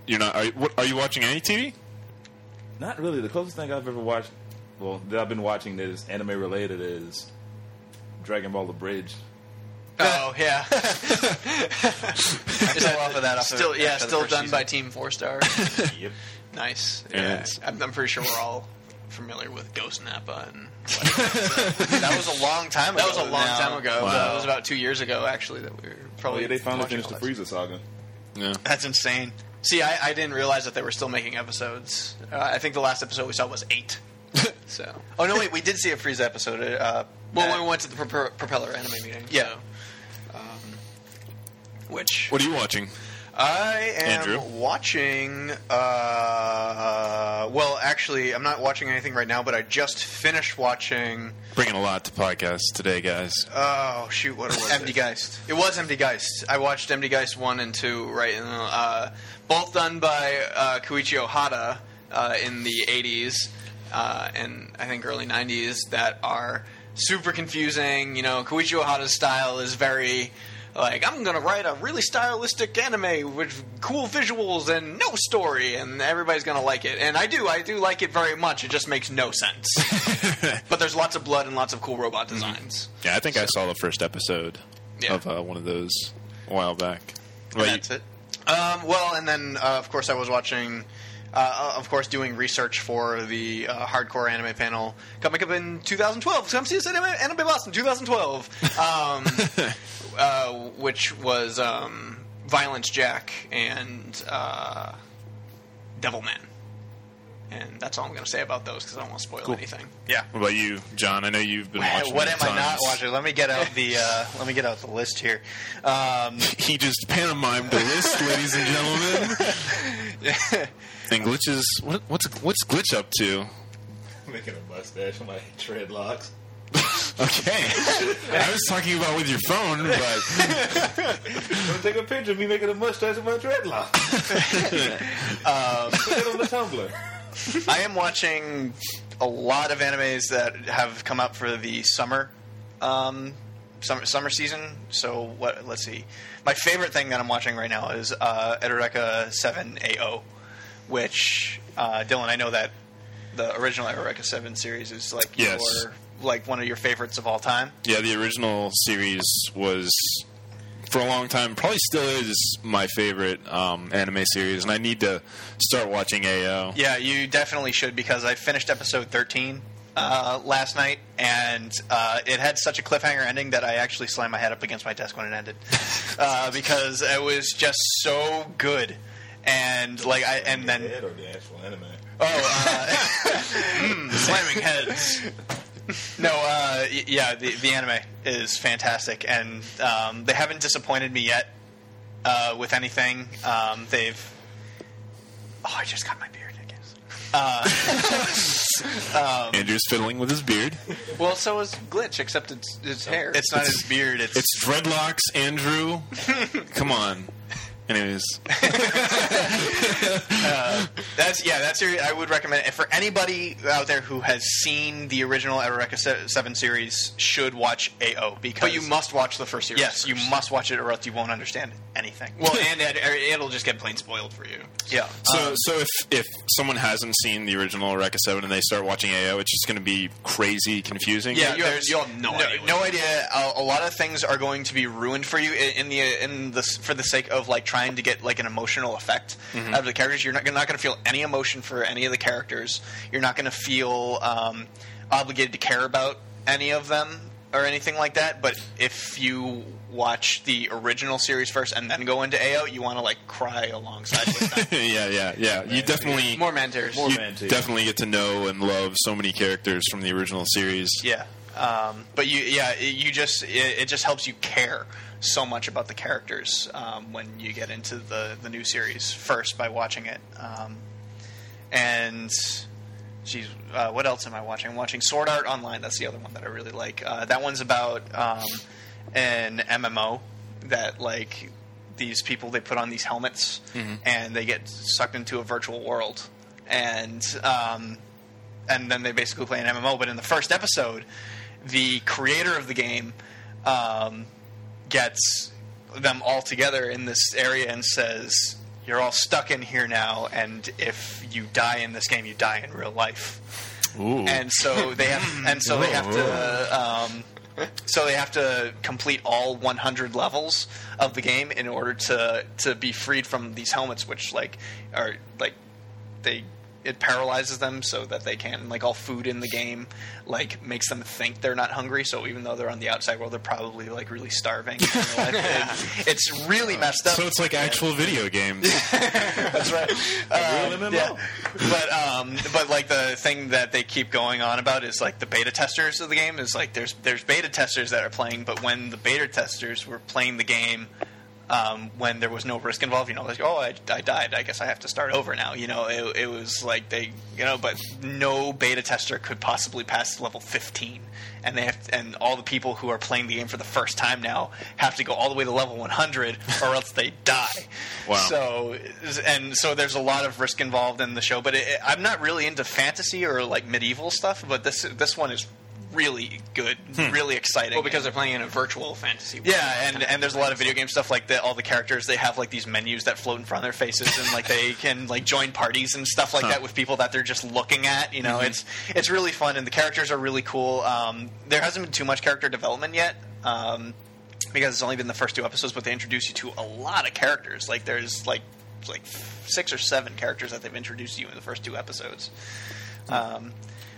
You're not. Are you, what, are you watching any TV?
Not really. The closest thing I've ever watched, well, that I've been watching that is anime related is Dragon Ball: The Bridge.
Oh, yeah. I fell off of that. Off of-
Still, yeah,
after the
still
first
done
season.
by Team Four Star.
yep.
nice.
Yeah,
Yeah,
it's-
I'm, I'm pretty sure we're all familiar with Ghost Nappa, and
That was a long time ago.
that was a long
now.
time ago.
Wow.
That was about two years ago, actually. That we were
Oh
probably
yeah, they finally
watching
finished the
all that.
Frieza saga.
Yeah.
That's insane.
See, I, I didn't realize that they were still making episodes. Uh, I think the last episode we saw was <laughs> eight. so,
Oh no, wait, we did see a Frieza episode. Uh,
well,
at-
when we went to the propeller, propeller anime meeting,
Yeah.
so, um, which
What are you watching?
I am
Andrew?
watching.
uh, well, actually, I'm not watching anything right now, but I just finished watching.
Bringing a lot to podcast today, guys.
Oh shoot! What was
Empty
it?
Geist.
It was Empty Geist. I watched Empty Geist one and two, right? And uh, both done by uh, Koichi Ohata uh, in the '80s uh, and I think early '90s that are super confusing. You know, Koichi Ohata's style is very like I'm gonna write a really stylistic anime with cool visuals and no story, and everybody's gonna like it. And I do, I do like it very much. It just makes no <laughs> sense. but there's lots of blood and lots of cool robot designs.
Yeah, I think I saw the first episode
Yeah.
of uh, one of those a while back. Well, you-
That's it.
Um, well, and then uh, of course I was watching, uh, of course doing research for the uh, hardcore anime panel coming up in 2012. Come see us at anime, anime Boston 2012, um, uh, which was um, Violence Jack and uh, Devilman. And that's all I'm going to say about those because I don't want to spoil anything.
Yeah.
What about you, John? I know you've been
Hey,
watching.
What am
it
I not
tons.
watching? Let me get out the uh, let me get out the list here.
Uh,
Um,
<laughs> He just pantomimed the
<laughs>
list, ladies and gentlemen. and glitches. What, what's what's glitch up to?
<laughs> Making a mustache on my dreadlocks.
Okay, <laughs> I was talking about with your phone, but <laughs>
Don't take a picture of me making a mustache with my
<laughs>
dreadlocks. <laughs> Um, Put it on the Tumblr.
I am watching a lot of animes that have come out for the summer, um, summer, summer season. So what? Let's see. My favorite thing that I'm watching right now is uh, Edoreca Seven AO, which uh, Dylan, I know that the original Edoreca Seven series is like
Yes.
your like one of your favorites of all time.
yeah, the original series was for a long time, probably still is my favorite um, anime series, and I need to start watching AO.
Yeah, you definitely should because I finished episode 13 uh, last night, and uh, it had such a cliffhanger ending that I actually slammed my head up against my desk when it ended uh, because it was just so good. And like I, and then
Dead or the actual anime.
Oh, uh, <laughs> hmm, slamming heads. No, uh, y- yeah, the, the anime is fantastic, and um, they haven't disappointed me yet uh, with anything. Um, they've. Oh, I just got my beard. I guess.
Andrew's fiddling with his beard.
Well, so is Glitch, except it's his hair.
It's not his beard. It's,
It's dreadlocks, Andrew. Come on. Anyways,
that's yeah. That's your. I would recommend it for anybody out there who has seen the original Eureka Se- Seven series should watch AO because
but you must watch the first series.
Yes, you
first.
must watch it, or else you won't understand anything. <laughs>
Well, and it, it'll just get plain spoiled for you.
yeah.
so so if if someone hasn't seen the original Eureka Seven and they start watching AO, it's just going to be crazy confusing.
Yeah, you have-
there's-
you have no idea what
No
you're
idea. A, a lot of things are going to be ruined for you i- in the in the s- for the sake of like trying to get like an emotional effect
Mm-hmm.
out of the characters. You're not you're not going to feel any emotion for any of the characters. You're not going to feel um, obligated to care about any of them or anything like that. But if you watch the original series first and then go into AO, you want to like cry alongside
<laughs>
with them.
yeah, yeah, yeah. You definitely
More man tears.
More
you
man too.
definitely get to know and love so many characters from the original series.
Yeah. Um, but you, yeah, it- you just it, it just helps you care so much about the characters um, when you get into the the new series first by watching it. Um, and geez, uh, what else am I watching? I'm watching Sword Art Online. That's the other one that I really like. Uh, that one's about um, an MMO that like these people they put on these helmets and they get sucked into a virtual world and. Um, and then they basically play an MMO. But in the first episode, the creator of the game um, gets them all together in this area and says, "You're all stuck in here now, and if you die in this game, you die in real life."
Ooh.
and so they have and so they have to um, so they have to complete all 100 levels of the game in order to to be freed from these helmets which like are like they it paralyzes them so that they can't like all food in the game like makes them think they're not hungry so even though they're on the outside world they're probably like
<laughs>
really starving in real life. And it's really messed up
so it's like actual video games.
that's right.
real MMO.
Um, yeah. <laughs> But um, but like the thing that they keep going on about is like the beta testers of the game is like there's there's beta testers that are playing, but when the beta testers were playing the game. Um, when there was no risk involved, you know, like, oh, I, I died. I guess I have to start over now. You know, it, it was like they, you know, but no beta tester could possibly pass level 15, and they have, and all the people who are playing the game for the first time now have to go all the way to level 100, or else they die.
Wow.
So so and so there's a lot of risk involved in the show but it, i'm not really into fantasy or like medieval stuff but this this one is really good really exciting
Well, because they're playing in a virtual fantasy. world.
yeah and and there's a lot of video game stuff like that all the characters they have like these menus that float in front of their faces and like they can like join parties and stuff like that with people that they're just looking at you know it's it's really fun and the characters are really cool um, there hasn't been too much character development yet um, because it's only been the first two episodes, but they introduce you to a lot of characters. Like there's like like six or seven characters that they've introduced you in the first two episodes. Um,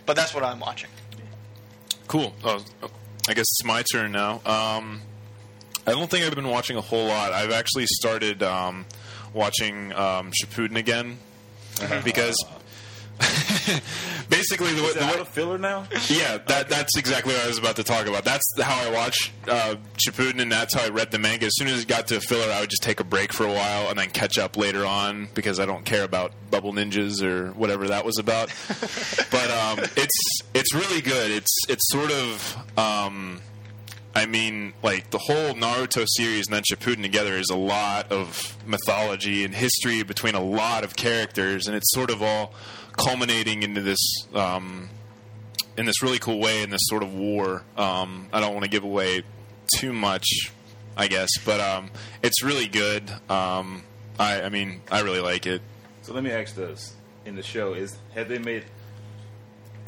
but that's what I'm watching.
Cool. Oh, I guess it's my turn now. Um, I don't think I've been watching a whole lot. I've actually started um, watching um, Shippuden
<laughs>
again because <laughs> basically the, way-
Is
the
that
way,
out of filler now?
yeah, that that's exactly what I was about to talk about. That's how I watched uh, Shippuden, and that's how I read the manga. As soon as it got to filler, I would just take a break for a while and then catch up later on because I don't care about Bubble Ninjas or whatever that was about. but um, it's it's really good. It's it's sort of. Um, I mean, like the whole Naruto series and then Shippuden together is a lot of mythology and history between a lot of characters, and it's sort of all culminating into this um, in this really cool way in this sort of war. Um, I don't want to give away too much, I guess, but um, it's really good. Um, I, I mean, I really like it.
So let me ask this: in the show, is have they made?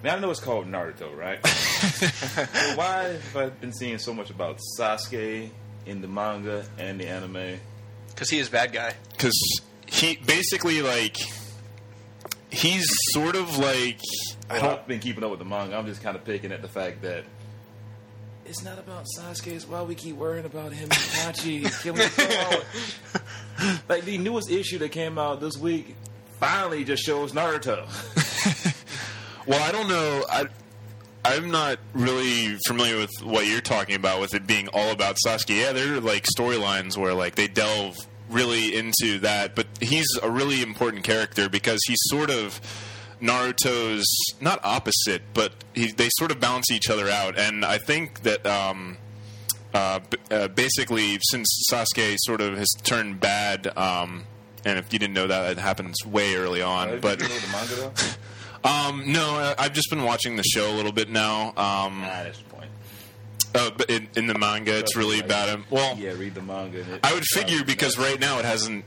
Now I know it's called Naruto,
<laughs>
right? so why have I been seeing so much about Sasuke in the manga and the anime?
because he is bad guy.
because he basically like he's sort of like I
Well,
don't
I've been keeping up with the manga. I'm just kind of picking at the fact that it's not about Sasuke. It's why we keep worrying about him and Itachi killing Kurama.
<laughs>
Like the newest issue that came out this week finally just shows Naruto.
well I don't know I I'm not really familiar with what you're talking about with it being all about Sasuke. Yeah, there are like storylines where like they delve really into that, but he's a really important character because he's sort of Naruto's not opposite, but he, they sort of balance each other out. And I think that um, uh, b- uh, basically, since Sasuke sort of has turned bad, um, and if you didn't know that, it happens way early
Uh,
on. But
the manga though?
um, no, I- I've just been watching the show a little bit now. Um,
Nah, that's the point.
uh, but in, in the manga, it's really about him. Well,
Yeah, read the manga. and it-
I would figure because right now it hasn't.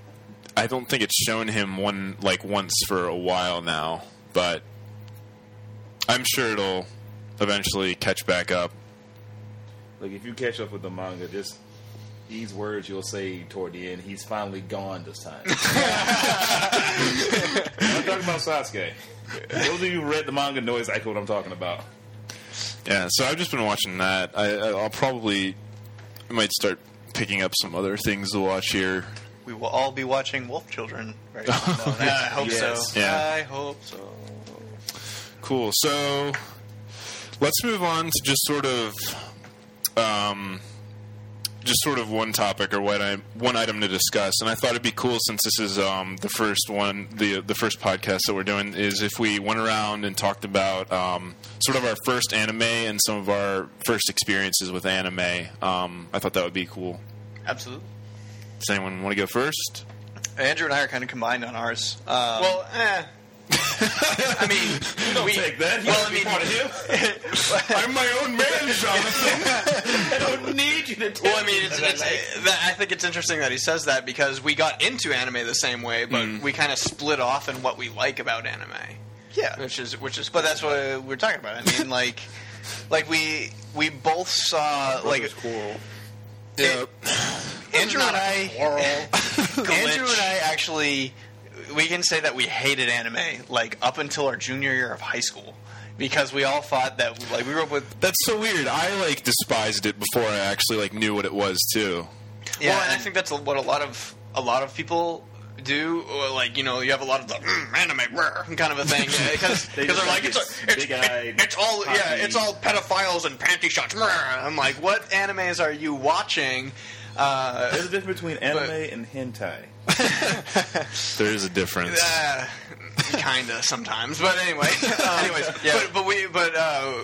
I don't think it's shown him one like once for a while now, but I'm sure it'll eventually catch back up.
Like if you catch up with the manga, just these words you'll say toward the end, he's finally gone this
<laughs>
time. I'm talking about Sasuke. Those of you who read the manga know exactly what I'm talking about.
Yeah, so I've just been watching that. I, I- I'll probably I might start picking up some other things to watch here.
We will all be watching Wolf Children. Right now. So, yeah, I hope
Yes.
so.
Yeah.
I hope so.
Cool. So let's move on to just sort of, um, just sort of one topic or one item, one item to discuss. And I thought it'd be cool since this is um, the first one, the the first podcast that we're doing is if we went around and talked about um, sort of our first anime and some of our first experiences with anime. Um, I thought that would be cool.
Absolutely.
Does anyone want to go first?
Andrew and I are kind of combined on ours. Um,
Well, eh. I mean, we,
Take that.
well, I mean, <laughs>
I'm my own man, Jonathan.
well, I mean, it's, it's, that, I think it's interesting that he says that because we got into anime the same way, but we kind of split off in what we like about anime,
yeah.
which is which is.
But that's what we're talking about. I mean, like, like we we both saw like
Brothers quarrel.
yeah.
Andrew
Not
and
a
I. Andrew and I actually we can say that we hated anime like up until our junior year of high school because we all thought that like we grew up with
That's so weird. I like despised it before I actually like knew what it was too.
yeah
well, and I think that's what a lot of a lot of people do. Or like you know, you have a lot of the mm, anime rare kind of a thing because
They
they
just
are like
like
it's,
it's
a, it's,
big-eyed,
it- it's all yeah,
cocky.
it's all pedophiles and panty shots. Rrr. I'm like, what animes are you watching? Uh,
There's a difference between anime and
<laughs>
hentai.
There is a difference.
Uh, kinda sometimes, but anyway. Um, anyways, But, but we, but uh,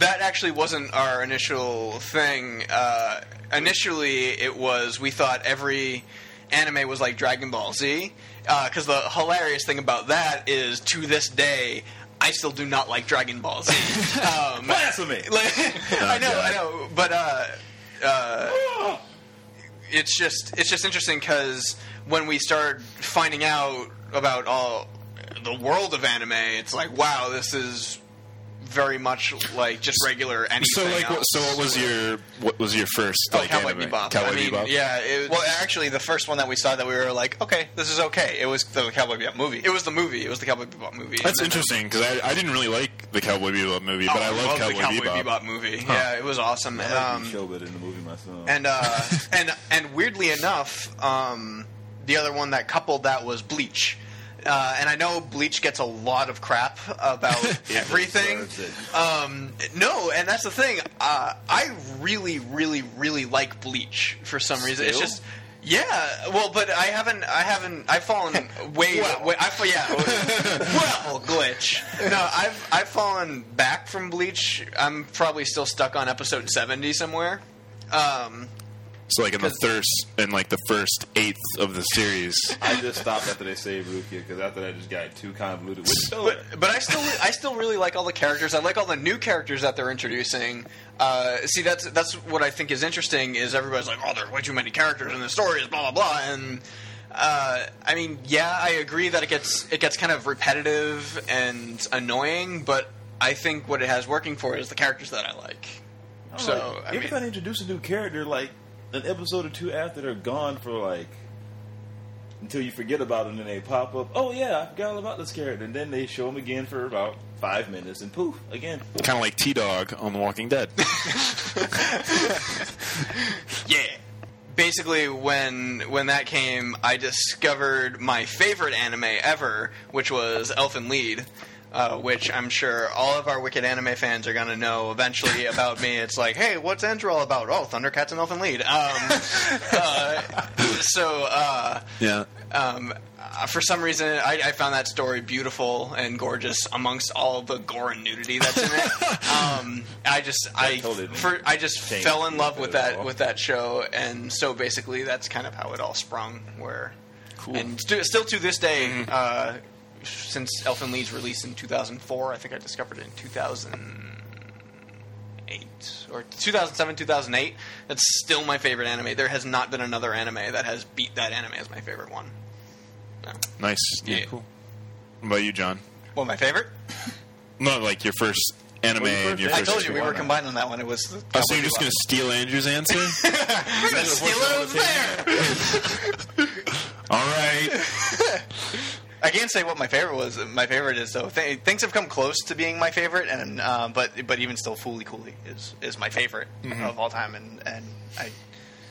that actually wasn't our initial thing. Uh, initially, it was we thought every anime was like Dragon Ball Z, because the hilarious thing about that is to this day. I still do not like Dragon Ball Z. Um,
Blasphemy!
like, I know,
God.
I know, but uh, uh, it's just it's just interesting because when we start finding out about all the world of anime, it's like wow, this is very much like just regular anything.
so like, what,
else.
so what was your what was your first
Oh,
like
Cowboy
anime?
Bebop?
Cowboy
I mean,
Bebop?
yeah, it,
well actually the first one that we saw that we were like okay this is okay it was the Cowboy Bebop movie
it was the movie. It was the Cowboy Bebop movie.
That's
And then-
interesting because I, I didn't really like the Cowboy Bebop movie, but
Oh,
I love
love
Cowboy,
the Cowboy
Bebop.
Bebop, movie. Yeah, it was awesome.
I like
Um,
the show better than the movie myself.
and uh, <laughs> and and weirdly enough, um, the other one that coupled that was Bleach. Uh, and I know Bleach gets a lot of crap
<laughs>
about everything.
deserves it.
Um, no, and that's the thing. Uh, I really, really, really like Bleach for some reason. It's
Still?
just, yeah. Well, but I haven't, I haven't, I've
<laughs>
fallen way, way I fa- yeah. well, glitch. No, I've, I've fallen back from Bleach. I'm probably still stuck on episode seventy somewhere. Um,
So like in the first in like the first eighth of the series.
I just stopped after they saved Rukia because after that it just got too convoluted. Which
but but I still I still really like all the characters. I like all the new characters that they're introducing. Uh, see, that's that's what I think is interesting. Is everybody's like, oh, there are way too many characters in the stories, blah blah blah, and. Uh, I mean, yeah, I agree that it gets it gets kind of repetitive and annoying, but I think what it has working for it is the characters that I like. so,
like,
I mean-
everybody introduce a new character like an episode or two after they're gone for like until you forget about them, and they pop up. Oh yeah, I forgot all about this character, and then they show them again for about five minutes, and poof, again.
kind of like T Dog on The Walking Dead.
Yeah. Basically, when when that came, I discovered my favorite anime ever, which was Elfin Lead. uh, which I'm sure all of our Wicked anime fans are going to know eventually <laughs> about me. It's like, hey, what's Andrew all about? Oh, Thundercats and Elfin Lead. Um, uh, so, uh,
Yeah.
um, uh, for some reason, I, I found that story beautiful and gorgeous amongst all the gore and nudity that's in it. um, I just, I,
totally didn't
for, I just
change
fell in love
it
with
at
that
all.
with that show, and so basically, that's kind of how it all sprung. Where, cool. and st- still to this day, uh, since Elfin Lee's release in 2004, I think I discovered it in 2008 or 2007, 2008. That's still my favorite anime. There has not been another anime that has beat that anime as my favorite one.
Nice.
Yeah.
Cool. What about you, John?
Well, my favorite.
Not like your first anime
Well, your
and your
first-
I
first.
told you we were
Tijuana.
combined on that one. It was. The
Oh, so you're just gonna steal Andrew's answer? <laughs> All right.
I can't say what my favorite was. My favorite is though. Th- things have come close to being my favorite, and uh, but but even still, Fooly Cooly is is my favorite of all time, and and I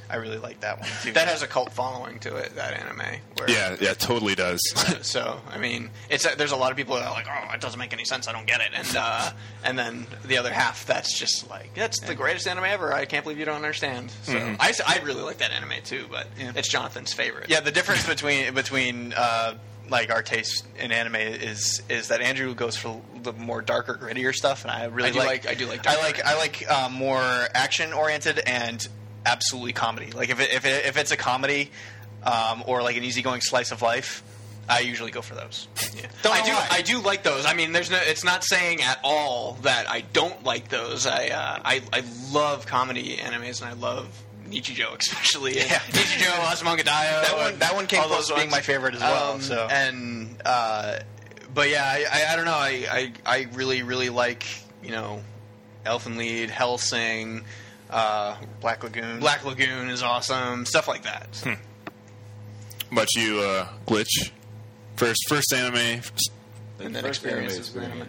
I really like that one too.
That has a cult following to it. That anime. Where,
Yeah, yeah, totally does.
So I mean, it's uh, there's a lot of people that are like, oh, it doesn't make any sense. I don't get it. And uh, and then the other half that's just like, that's the greatest anime ever. I can't believe you don't understand. So I, s- I really like that anime too, but it's Jonathan's favorite.
yeah, the difference between between uh, like our taste in anime is is that Andrew goes for the more darker, grittier stuff, and I really
I do like- I do like
I
darker.
like I like uh, more action oriented and absolutely comedy. Like if it, if it, if it's a comedy um, or like an easygoing slice of life, I usually go for those. Don't
I
know
do.
why.
I do like those. I mean, there's no. It's not saying at all that I don't like those. I uh, I, I love comedy animes and I love Nichijou <laughs> especially. Yeah, Nichijou, Asmongadaya.
that one that one came close to being my favorite as well.
Um,
so
and uh, but yeah, I, I, I don't know. I, I I really really like you know, Elfin Lead, Hellsing, uh,
Black Lagoon.
Black Lagoon is awesome. Stuff like that.
Hmm.
What about you, uh, Glitch? First, first anime.
And then
First anime
experiences with anime.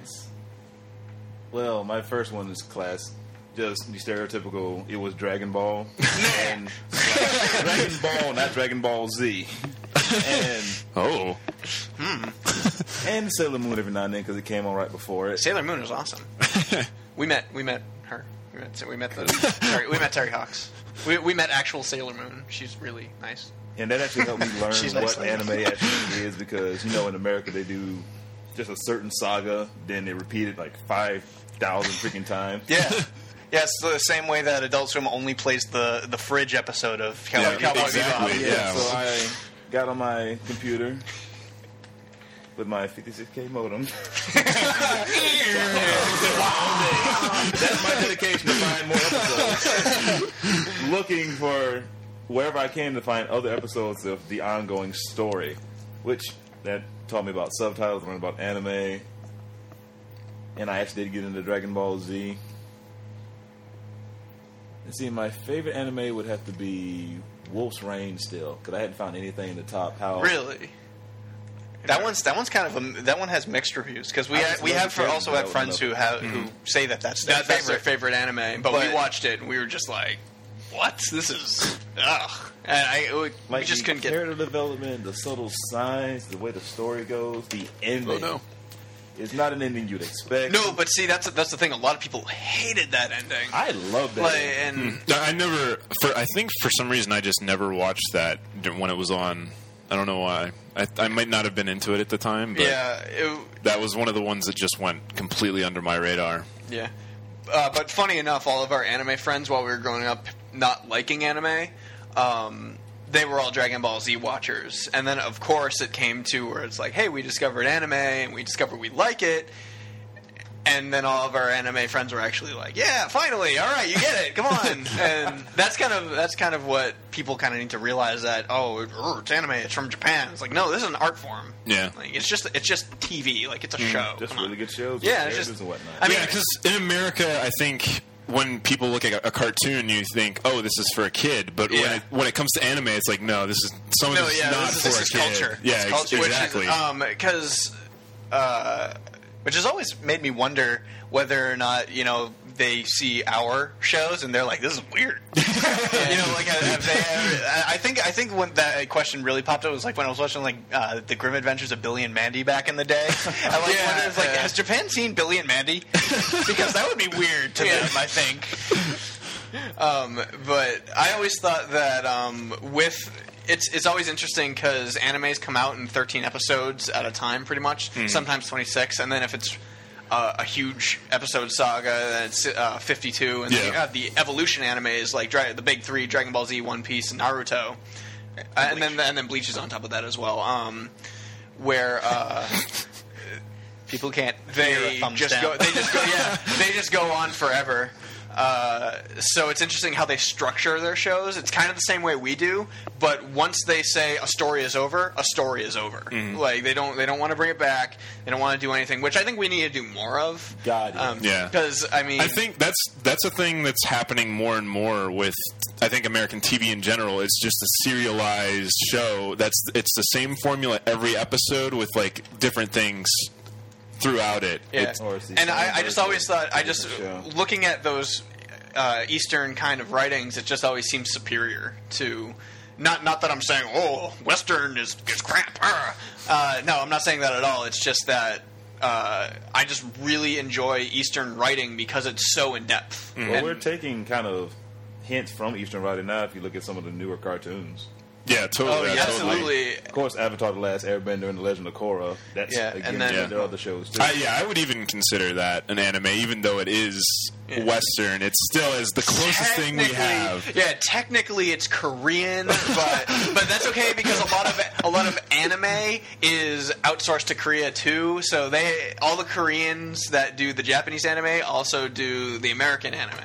Well, my first one is class. Just the stereotypical. It was
<laughs>
Dragon Ball. and Dragon Ball, not Dragon Ball
<laughs>
Z. And
Oh,
and Sailor Moon every now and then because it came on right before it.
Sailor Moon is awesome. we met we met her. We met so we met the
<laughs>
sorry, we met Terry Hawks. We we met actual Sailor Moon. She's really nice.
And that actually helped me <laughs> learn
She's nice
what
lady.
anime <laughs> actually is because you know in America they do just a certain saga, then they repeat it like five thousand freaking times.
Yeah. Yeah, it's the same way that Adult Swim only plays the, the fridge episode of Cowboy
Yeah,
Cowboy
exactly.
Bebop.
Yeah,
Yeah.
So I got on my computer with my 56k <laughs> modem. That's my dedication to find more episodes. Looking for wherever I can to find other episodes of the ongoing story, which that taught me about subtitles, learned about anime, and I actually did get into Dragon Ball Z. And see, my favorite anime would have to be Wolf's Rain still, because I hadn't found anything to top how.
Really? That one's that one's kind of a, that one has mixed reviews because we
I
ha-
just
we
love
have
the Dragon
also
Ball
have friends who have who say that that's their
That, that's their
favorite.
favorite anime. But,
But-
we watched it and we were just like, what? This is ugh. And I we,
Like
we just
the
couldn't get.
character development, the subtle signs, the way the story goes, the ending.
Oh, no.
It's not an ending you'd expect.
No, but see, that's that's the thing. A lot of people hated that ending.
I love that.
Like,
ending.
and
No, I never. For I think for some reason I just never watched that d- when it was on. I don't know why. I, I might not have been into it at the time, but
yeah, it,
that was one of the ones that just went completely under my radar.
Yeah. Uh, but funny enough, all of our anime friends, while we were growing up not liking anime, um, they were all Dragon Ball Z watchers. And then, of course, it came to where it's like, hey, we discovered anime and we discovered we like it. And then all of our anime friends were actually like, "Yeah, finally! All right, you get it. Come on!" and that's kind of that's kind of what people kind of need to realize that oh, it- oh, it's anime. It's from Japan. It's like no, this is an art form.
Yeah.
like, it's just it's just TV. Like it's a show. Oh,
Just
Come on.
really good shows. with
Yeah, it's
characters
just-
and whatnot.
I mean,
yeah, because in America, I think when people look at a cartoon, you think, "Oh, this is for a kid," but when
Yeah.
it, when it comes to anime, it's like, "No, this is some of
No,
this
yeah,
is not
this is,
for
this
a
is
kid."
culture.
Yeah,
It's
ex-
culture,
exactly.
Which is, um, because
uh, which has always made me wonder whether or not you know they see our shows and they're like, "This is weird." <laughs> you know, like have, have they ever- I- I think I think when that question really popped up was like when I was watching like uh, the Grim Adventures of Billy and Mandy back in
<laughs>
the day. I like
Yeah,
wondered if like
yeah.
has Japan seen Billy and Mandy? <laughs> because that would be weird to them, I think.
Um, but I always thought that um, with it's it's always interesting because animes come out in 13 episodes at a time, pretty much. Sometimes 26, and then if it's uh, a huge episode saga, then it's uh, 52, and then
Yeah.
you have the evolution animes like Dra- the big three: Dragon Ball Z, One Piece, and Naruto, Uh, and then and then Bleach is on top of that as well. Um, where uh,
People can't.
they just go they just go yeah they just go on forever uh, so it's interesting how they structure their shows it's kind of the same way we do but once they say a story is over a story is over
Mm-hmm.
like they don't they don't want to bring it back they don't want to do anything which i think we need to do more of
Got it.
Yeah.
because i mean
I think that's that's a thing that's happening more and more with I think American TV in general. It's just a serialized show. That's it's the same formula every episode with like different things throughout it.
Yeah.
It's-
Or it's the
And I, I
standard
just always
version.
thought, I just
Yeah.
looking at those uh, Eastern kind of writings, it just always seems superior to. Not, not that I'm saying, oh, Western is, is crap. <laughs> ah." Uh, no, I'm not saying that at all. It's just that uh, I just really enjoy Eastern writing because it's so in depth.
Mm-hmm.
Well, we're taking kind of hints from Eastern writing now. If you look at some of the newer cartoons,
yeah, totally.
Oh, yeah,
yeah, totally.
absolutely.
of course, Avatar: The Last Airbender and The Legend of Korra. That's
Yeah, and
again,
then-
there are other shows too.
I, yeah, I would even consider that an anime, even though it is
Yeah.
Western. It still is the closest thing we have.
Technically- Yeah, technically it's Korean, but but that's okay because a lot of a lot of anime is outsourced to Korea too. So they all the Koreans that do the Japanese anime also do the American anime,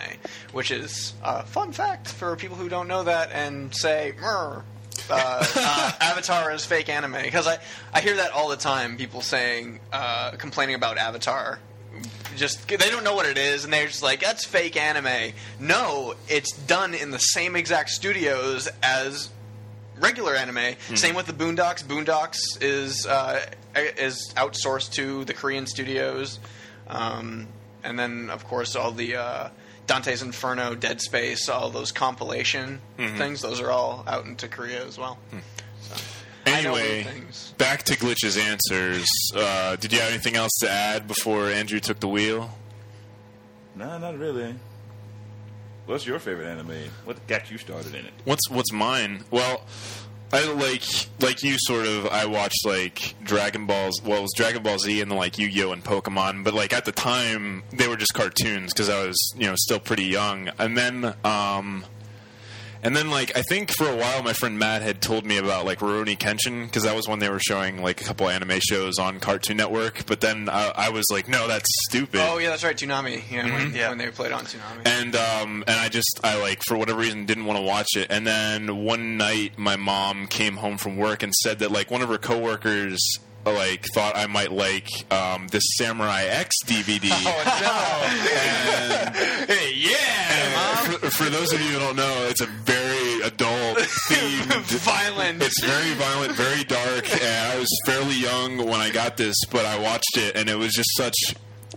which is a fun fact for people who don't know that and say, "Mer, uh, uh, Avatar is fake anime," because I I hear that all the time. People saying uh, complaining about Avatar just they don't know what it is and they're just like that's fake anime no it's done in the same exact studios as regular anime same with the boondocks boondocks is uh, is outsourced to the korean studios um, and then of course all the uh, dante's inferno dead space all those compilation things those are all out into korea as well I know
Anyway,
other things.
back to Glitch's answers. Uh, did you have anything else to add before Andrew took the wheel?
No, not really. What's your favorite anime? What got you started in it?
What's what's mine? Well, I like like you sort of. I watched like Dragon Balls. Well, it was Dragon Ball Z and then like Yu Gi Oh and Pokemon. But like at the time, they were just cartoons because I was you know still pretty young. And then um, and then like I think for a while, my friend Matt had told me about like Rurouni Kenshin because that was when they were showing like a couple anime shows on Cartoon Network. But then I, I was like, no, that's stupid.
oh yeah that's right tsunami yeah, when,
Yeah.
when they played on tsunami
and um, and I just I like for whatever reason didn't want to watch it. And then one night, my mom came home from work and said that like one of her coworkers like thought I might like um, this Samurai X
<laughs>
DVD.
Oh, hey yeah
And for, for those of you who don't know, it's a very adult themed
violent
It's very violent, very dark, and I was fairly young when I got this, but I watched it, and it was just such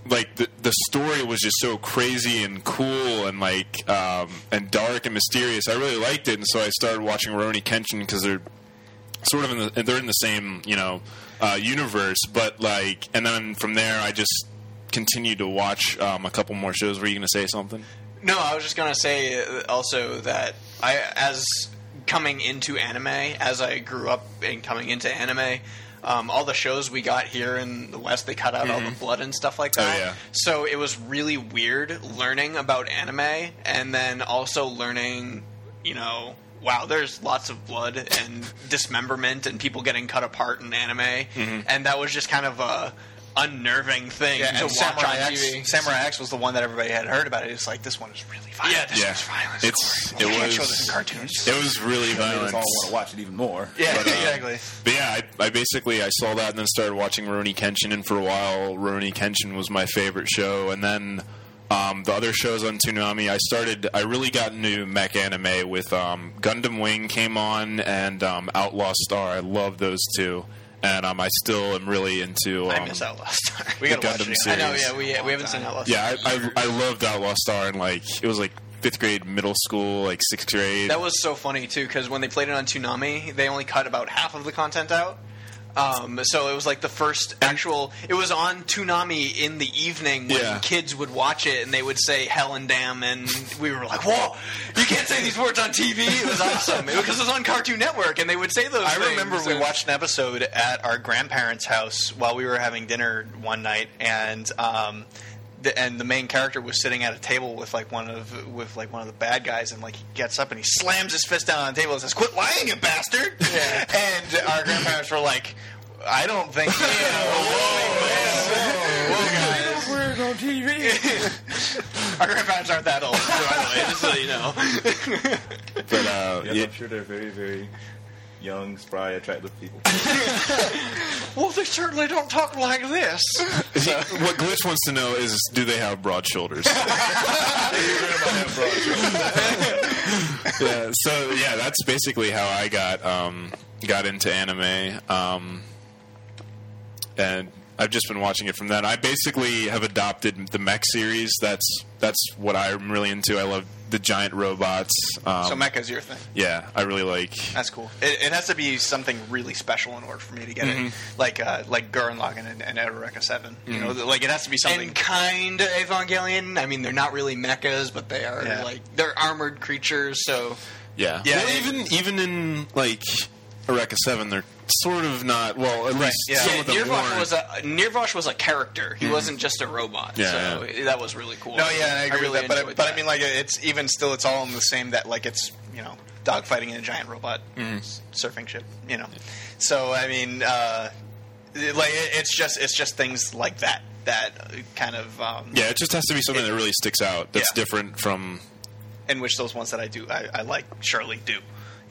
like the the story was just so crazy and cool and like um, and dark and mysterious. I really liked it, and so I started watching Roni Kenshin because they're sort of in the they're in the same you know uh, universe, but like and then from there I just continued to watch um, a couple more shows. Were you going to say something?
No, I was just gonna say uh, also that I, as coming into anime, as I grew up and coming into anime, um, all the shows we got here in the West, they cut out
Mm-hmm.
all the blood and stuff
Oh,
like that.
yeah.
So it was really weird learning about anime and then also learning, you know, wow, there's lots of blood and dismemberment and people getting cut apart in anime, and that was just kind of a unnerving thing
Mm-hmm. Yeah,
to
and
watch
Samurai
on
X,
TV.
Samurai X was the one that everybody had heard about. It's like this one is really violent.
Yeah, this
Yeah.
was violent.
It's it
you can't show this in
was
cartoons.
it was really
I just
violent.
all want to watch it even more.
<laughs> yeah,
but, uh,
exactly.
But yeah, I, I basically I saw that and then started watching Rurouni Kenshin, and for a while Rurouni Kenshin was my favorite show, and then um, the other shows on Toonami. I started. I really got into mech anime with um, Gundam Wing came on and um, Outlaw Star. I love those two. and um, I still am really into. Um,
I missed out last time. <laughs> We
the
gotta watch
Gundam
it.
I
series.
know. Oh, Yeah, we we haven't seen that last.
Yeah, I, I, I loved Outlaw Star and like it was like fifth grade, middle school, like sixth grade.
That was so funny too because when they played it on Toonami, they only cut about half of the content out. Um, so it was like the first actual. It was on Toonami in the evening when
Yeah.
kids would watch it and they would say "hell and damn" and we were like, "Whoa, you can't say these words on TV!" It was awesome because it, was on Cartoon Network and they would say those.
I
things,
remember we
and-
watched an episode at our grandparents' house while we were having dinner one night, and um, the, and the main character was sitting at a table with like one of with like one of the bad guys, and like he gets up and he slams his fist down on the table and says, "Quit lying, you bastard!" <laughs> and our grandparents were like, "I don't think." Whoa, guys. <laughs> Our grandparents aren't that old, by the way, just so you know.
but uh,
Yeah,
yeah,
I'm sure they're very, very young, spry, attractive people.
Well, they certainly don't talk like this.
what Glitch wants to know is, do they have broad <laughs> shoulders? yeah, so yeah, that's basically how I got um, got into anime, um, and I've just been watching it from then. I basically have adopted the mech series. That's that's what I'm really into. I love the giant robots. Um,
So Mecca's your thing.
yeah, I really like.
That's cool. It, it has to be something really special in order for me to get it, like uh, like Gurren Lagann and, and Eureka Seven. You know, like it has to be something.
And kind Evangelion. I mean, they're not really mechas, but they are
Yeah.
like they're armored creatures. So
Yeah,
Yeah,
Well,
it-
even even in like Eureka Seven, they're sort of not. Well, at least
yeah.
some
Yeah,
of them
Nirvosh
weren't.
was a Nirvosh was a character. He wasn't just a robot.
Yeah,
so that was really cool.
Mm-hmm. no, oh, yeah, I agree
really
with that. But I,
enjoyed
but I
that.
mean, like it's even still, it's all in the same that like it's you know dogfighting in a giant robot s- surfing ship. You know, so I mean, uh, it- like it, it's just it's just things like that that uh, kind of um,
Yeah, it just has to be something that really sticks out. That's
Yeah.
different from.
in which those ones that I do I, I like surely do.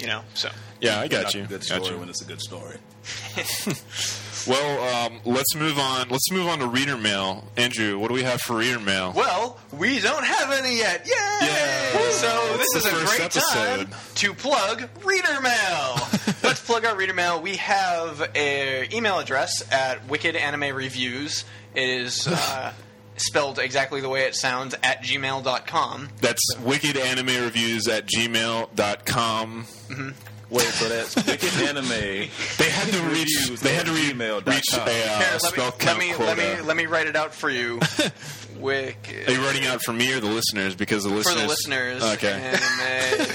You know, so
Yeah, I
Not
got
a
you.
Good
got
story
you.
when it's a good story.
Well, um, let's move on. Let's move on to reader mail. Andrew, what do we have for reader mail?
well, we don't have any yet. Yay!
Yeah.
So
It's
this is
the
a
first
great
episode.
time to plug reader
<laughs>
mail. Let's plug our reader mail. We have an email address at Wicked Anime Reviews. It
<laughs>
is uh, spelled exactly the way it sounds at gmail.com.
That's wicked anime reviews at gmail.com.
Wait, so that's
<laughs>
wicked anime.
They had to reach.
Reviews
They had to
at
re-
gmail dot
reach a
com.
uh,
Here, let, me,
spell
let,
count
me,
quota.
let me let me write it out for
<laughs>
you. Wicked.
Are you writing out for me or the listeners? Because the
for
listeners.
the listeners.
Okay. <laughs>
anime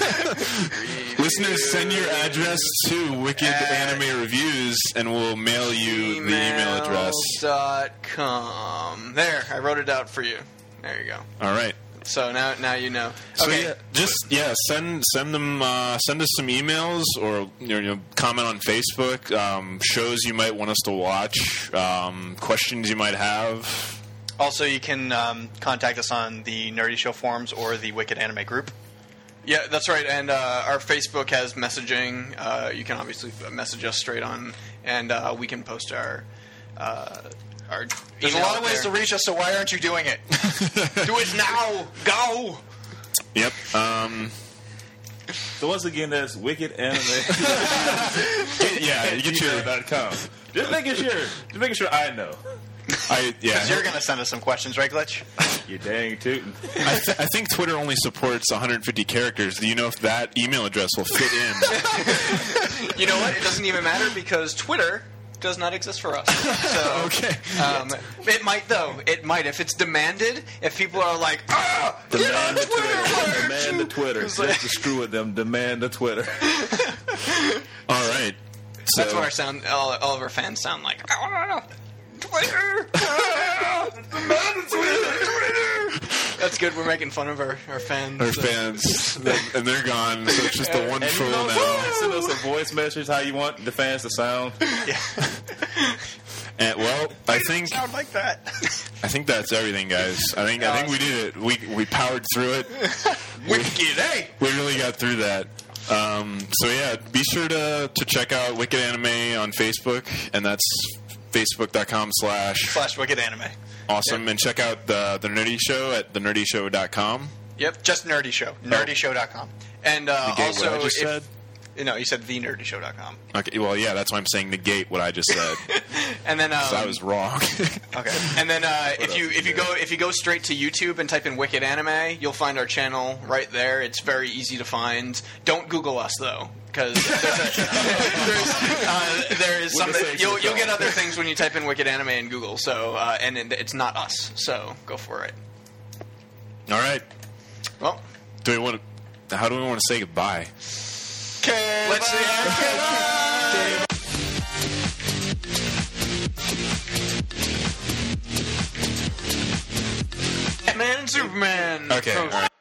Listeners, send your address to Wicked
At
Anime Reviews, and we'll mail you the email address.
Dot com. There, I wrote it out for you. There you go.
All right.
So now, now you know.
So
okay.
yeah, just yeah, send send them uh, send us some emails or you know comment on Facebook. Um, shows you might want us to watch. Um, questions you might have.
Also, you can um, contact us on the Nerdy Show forums or the Wicked Anime Group.
Yeah, that's right. And uh, our Facebook has messaging. Uh, you can obviously message us straight on, and uh, we can post our. Uh, our
There's a lot of ways to reach us, so why aren't you
<laughs>
doing it?
to do it now. Go.
Yep. Um,
So once again, that's
<laughs>
wicked anime.
yeah, you get your.
gmail.com. Just making sure. Just making sure I know.
I
You're
yeah.
going to send us some questions, right, Glitch?
You dang tootin'.
I, th- I think Twitter only supports 150 characters. Do you know if that email address will fit in?
You know what? It doesn't even matter because Twitter does not exist for us.
<laughs>
So
okay.
um, it might though. It might if it's demanded. If people are like, ah, get on
Demand the
Twitter.
Twitter.
why aren't
Demand the
you-"
Twitter.
It's
Just
like-
to screw with them, demand the Twitter.
All right. So,
That's what our sound. All, all of our fans sound like. Ah, Twitter. ah, demand the Twitter. Twitter." That's good. We're making fun of our, our fans.
our fans, and they're gone. So it's just the one
And you
troll
know,
now.
send us a voice message how you want the fans to sound.
And, Uh, well, I think
Sound like that.
<laughs> I think that's everything, guys. I think I think we did it. We we powered through
<laughs>
it.
Wicked, hey!
We really got through that. Um, so yeah, be sure to to check out Wicked Anime on Facebook, and that's facebook.com slash
Slash Wicked Anime.
awesome and check out the the nerdy show at the nerdyshow.com
Yep. Just Nerdy Show. NerdyShow.com.
And uh,
Gateway,
also,
I just
if,
said
No, you said thenerdyshow.com.
Okay, well, yeah, that's why I'm saying negate what I just said. 'cause
And then um,
<laughs>
I was wrong. <laughs>
okay. And then uh, if you if you go if you go straight to YouTube and type in Wicked Anime, you'll find our channel right there. It's very easy to find. Don't Google us though. Because <laughs> there's, uh, there is some
safe
you'll,
with
you'll get
God.
other things when you type in Wicked Anime in Google. So uh, and it- it's not us. So go for it.
All right.
Well,
Do we want to? How do we want to say goodbye?
let's see. Batman and Superman.
Okay. all right.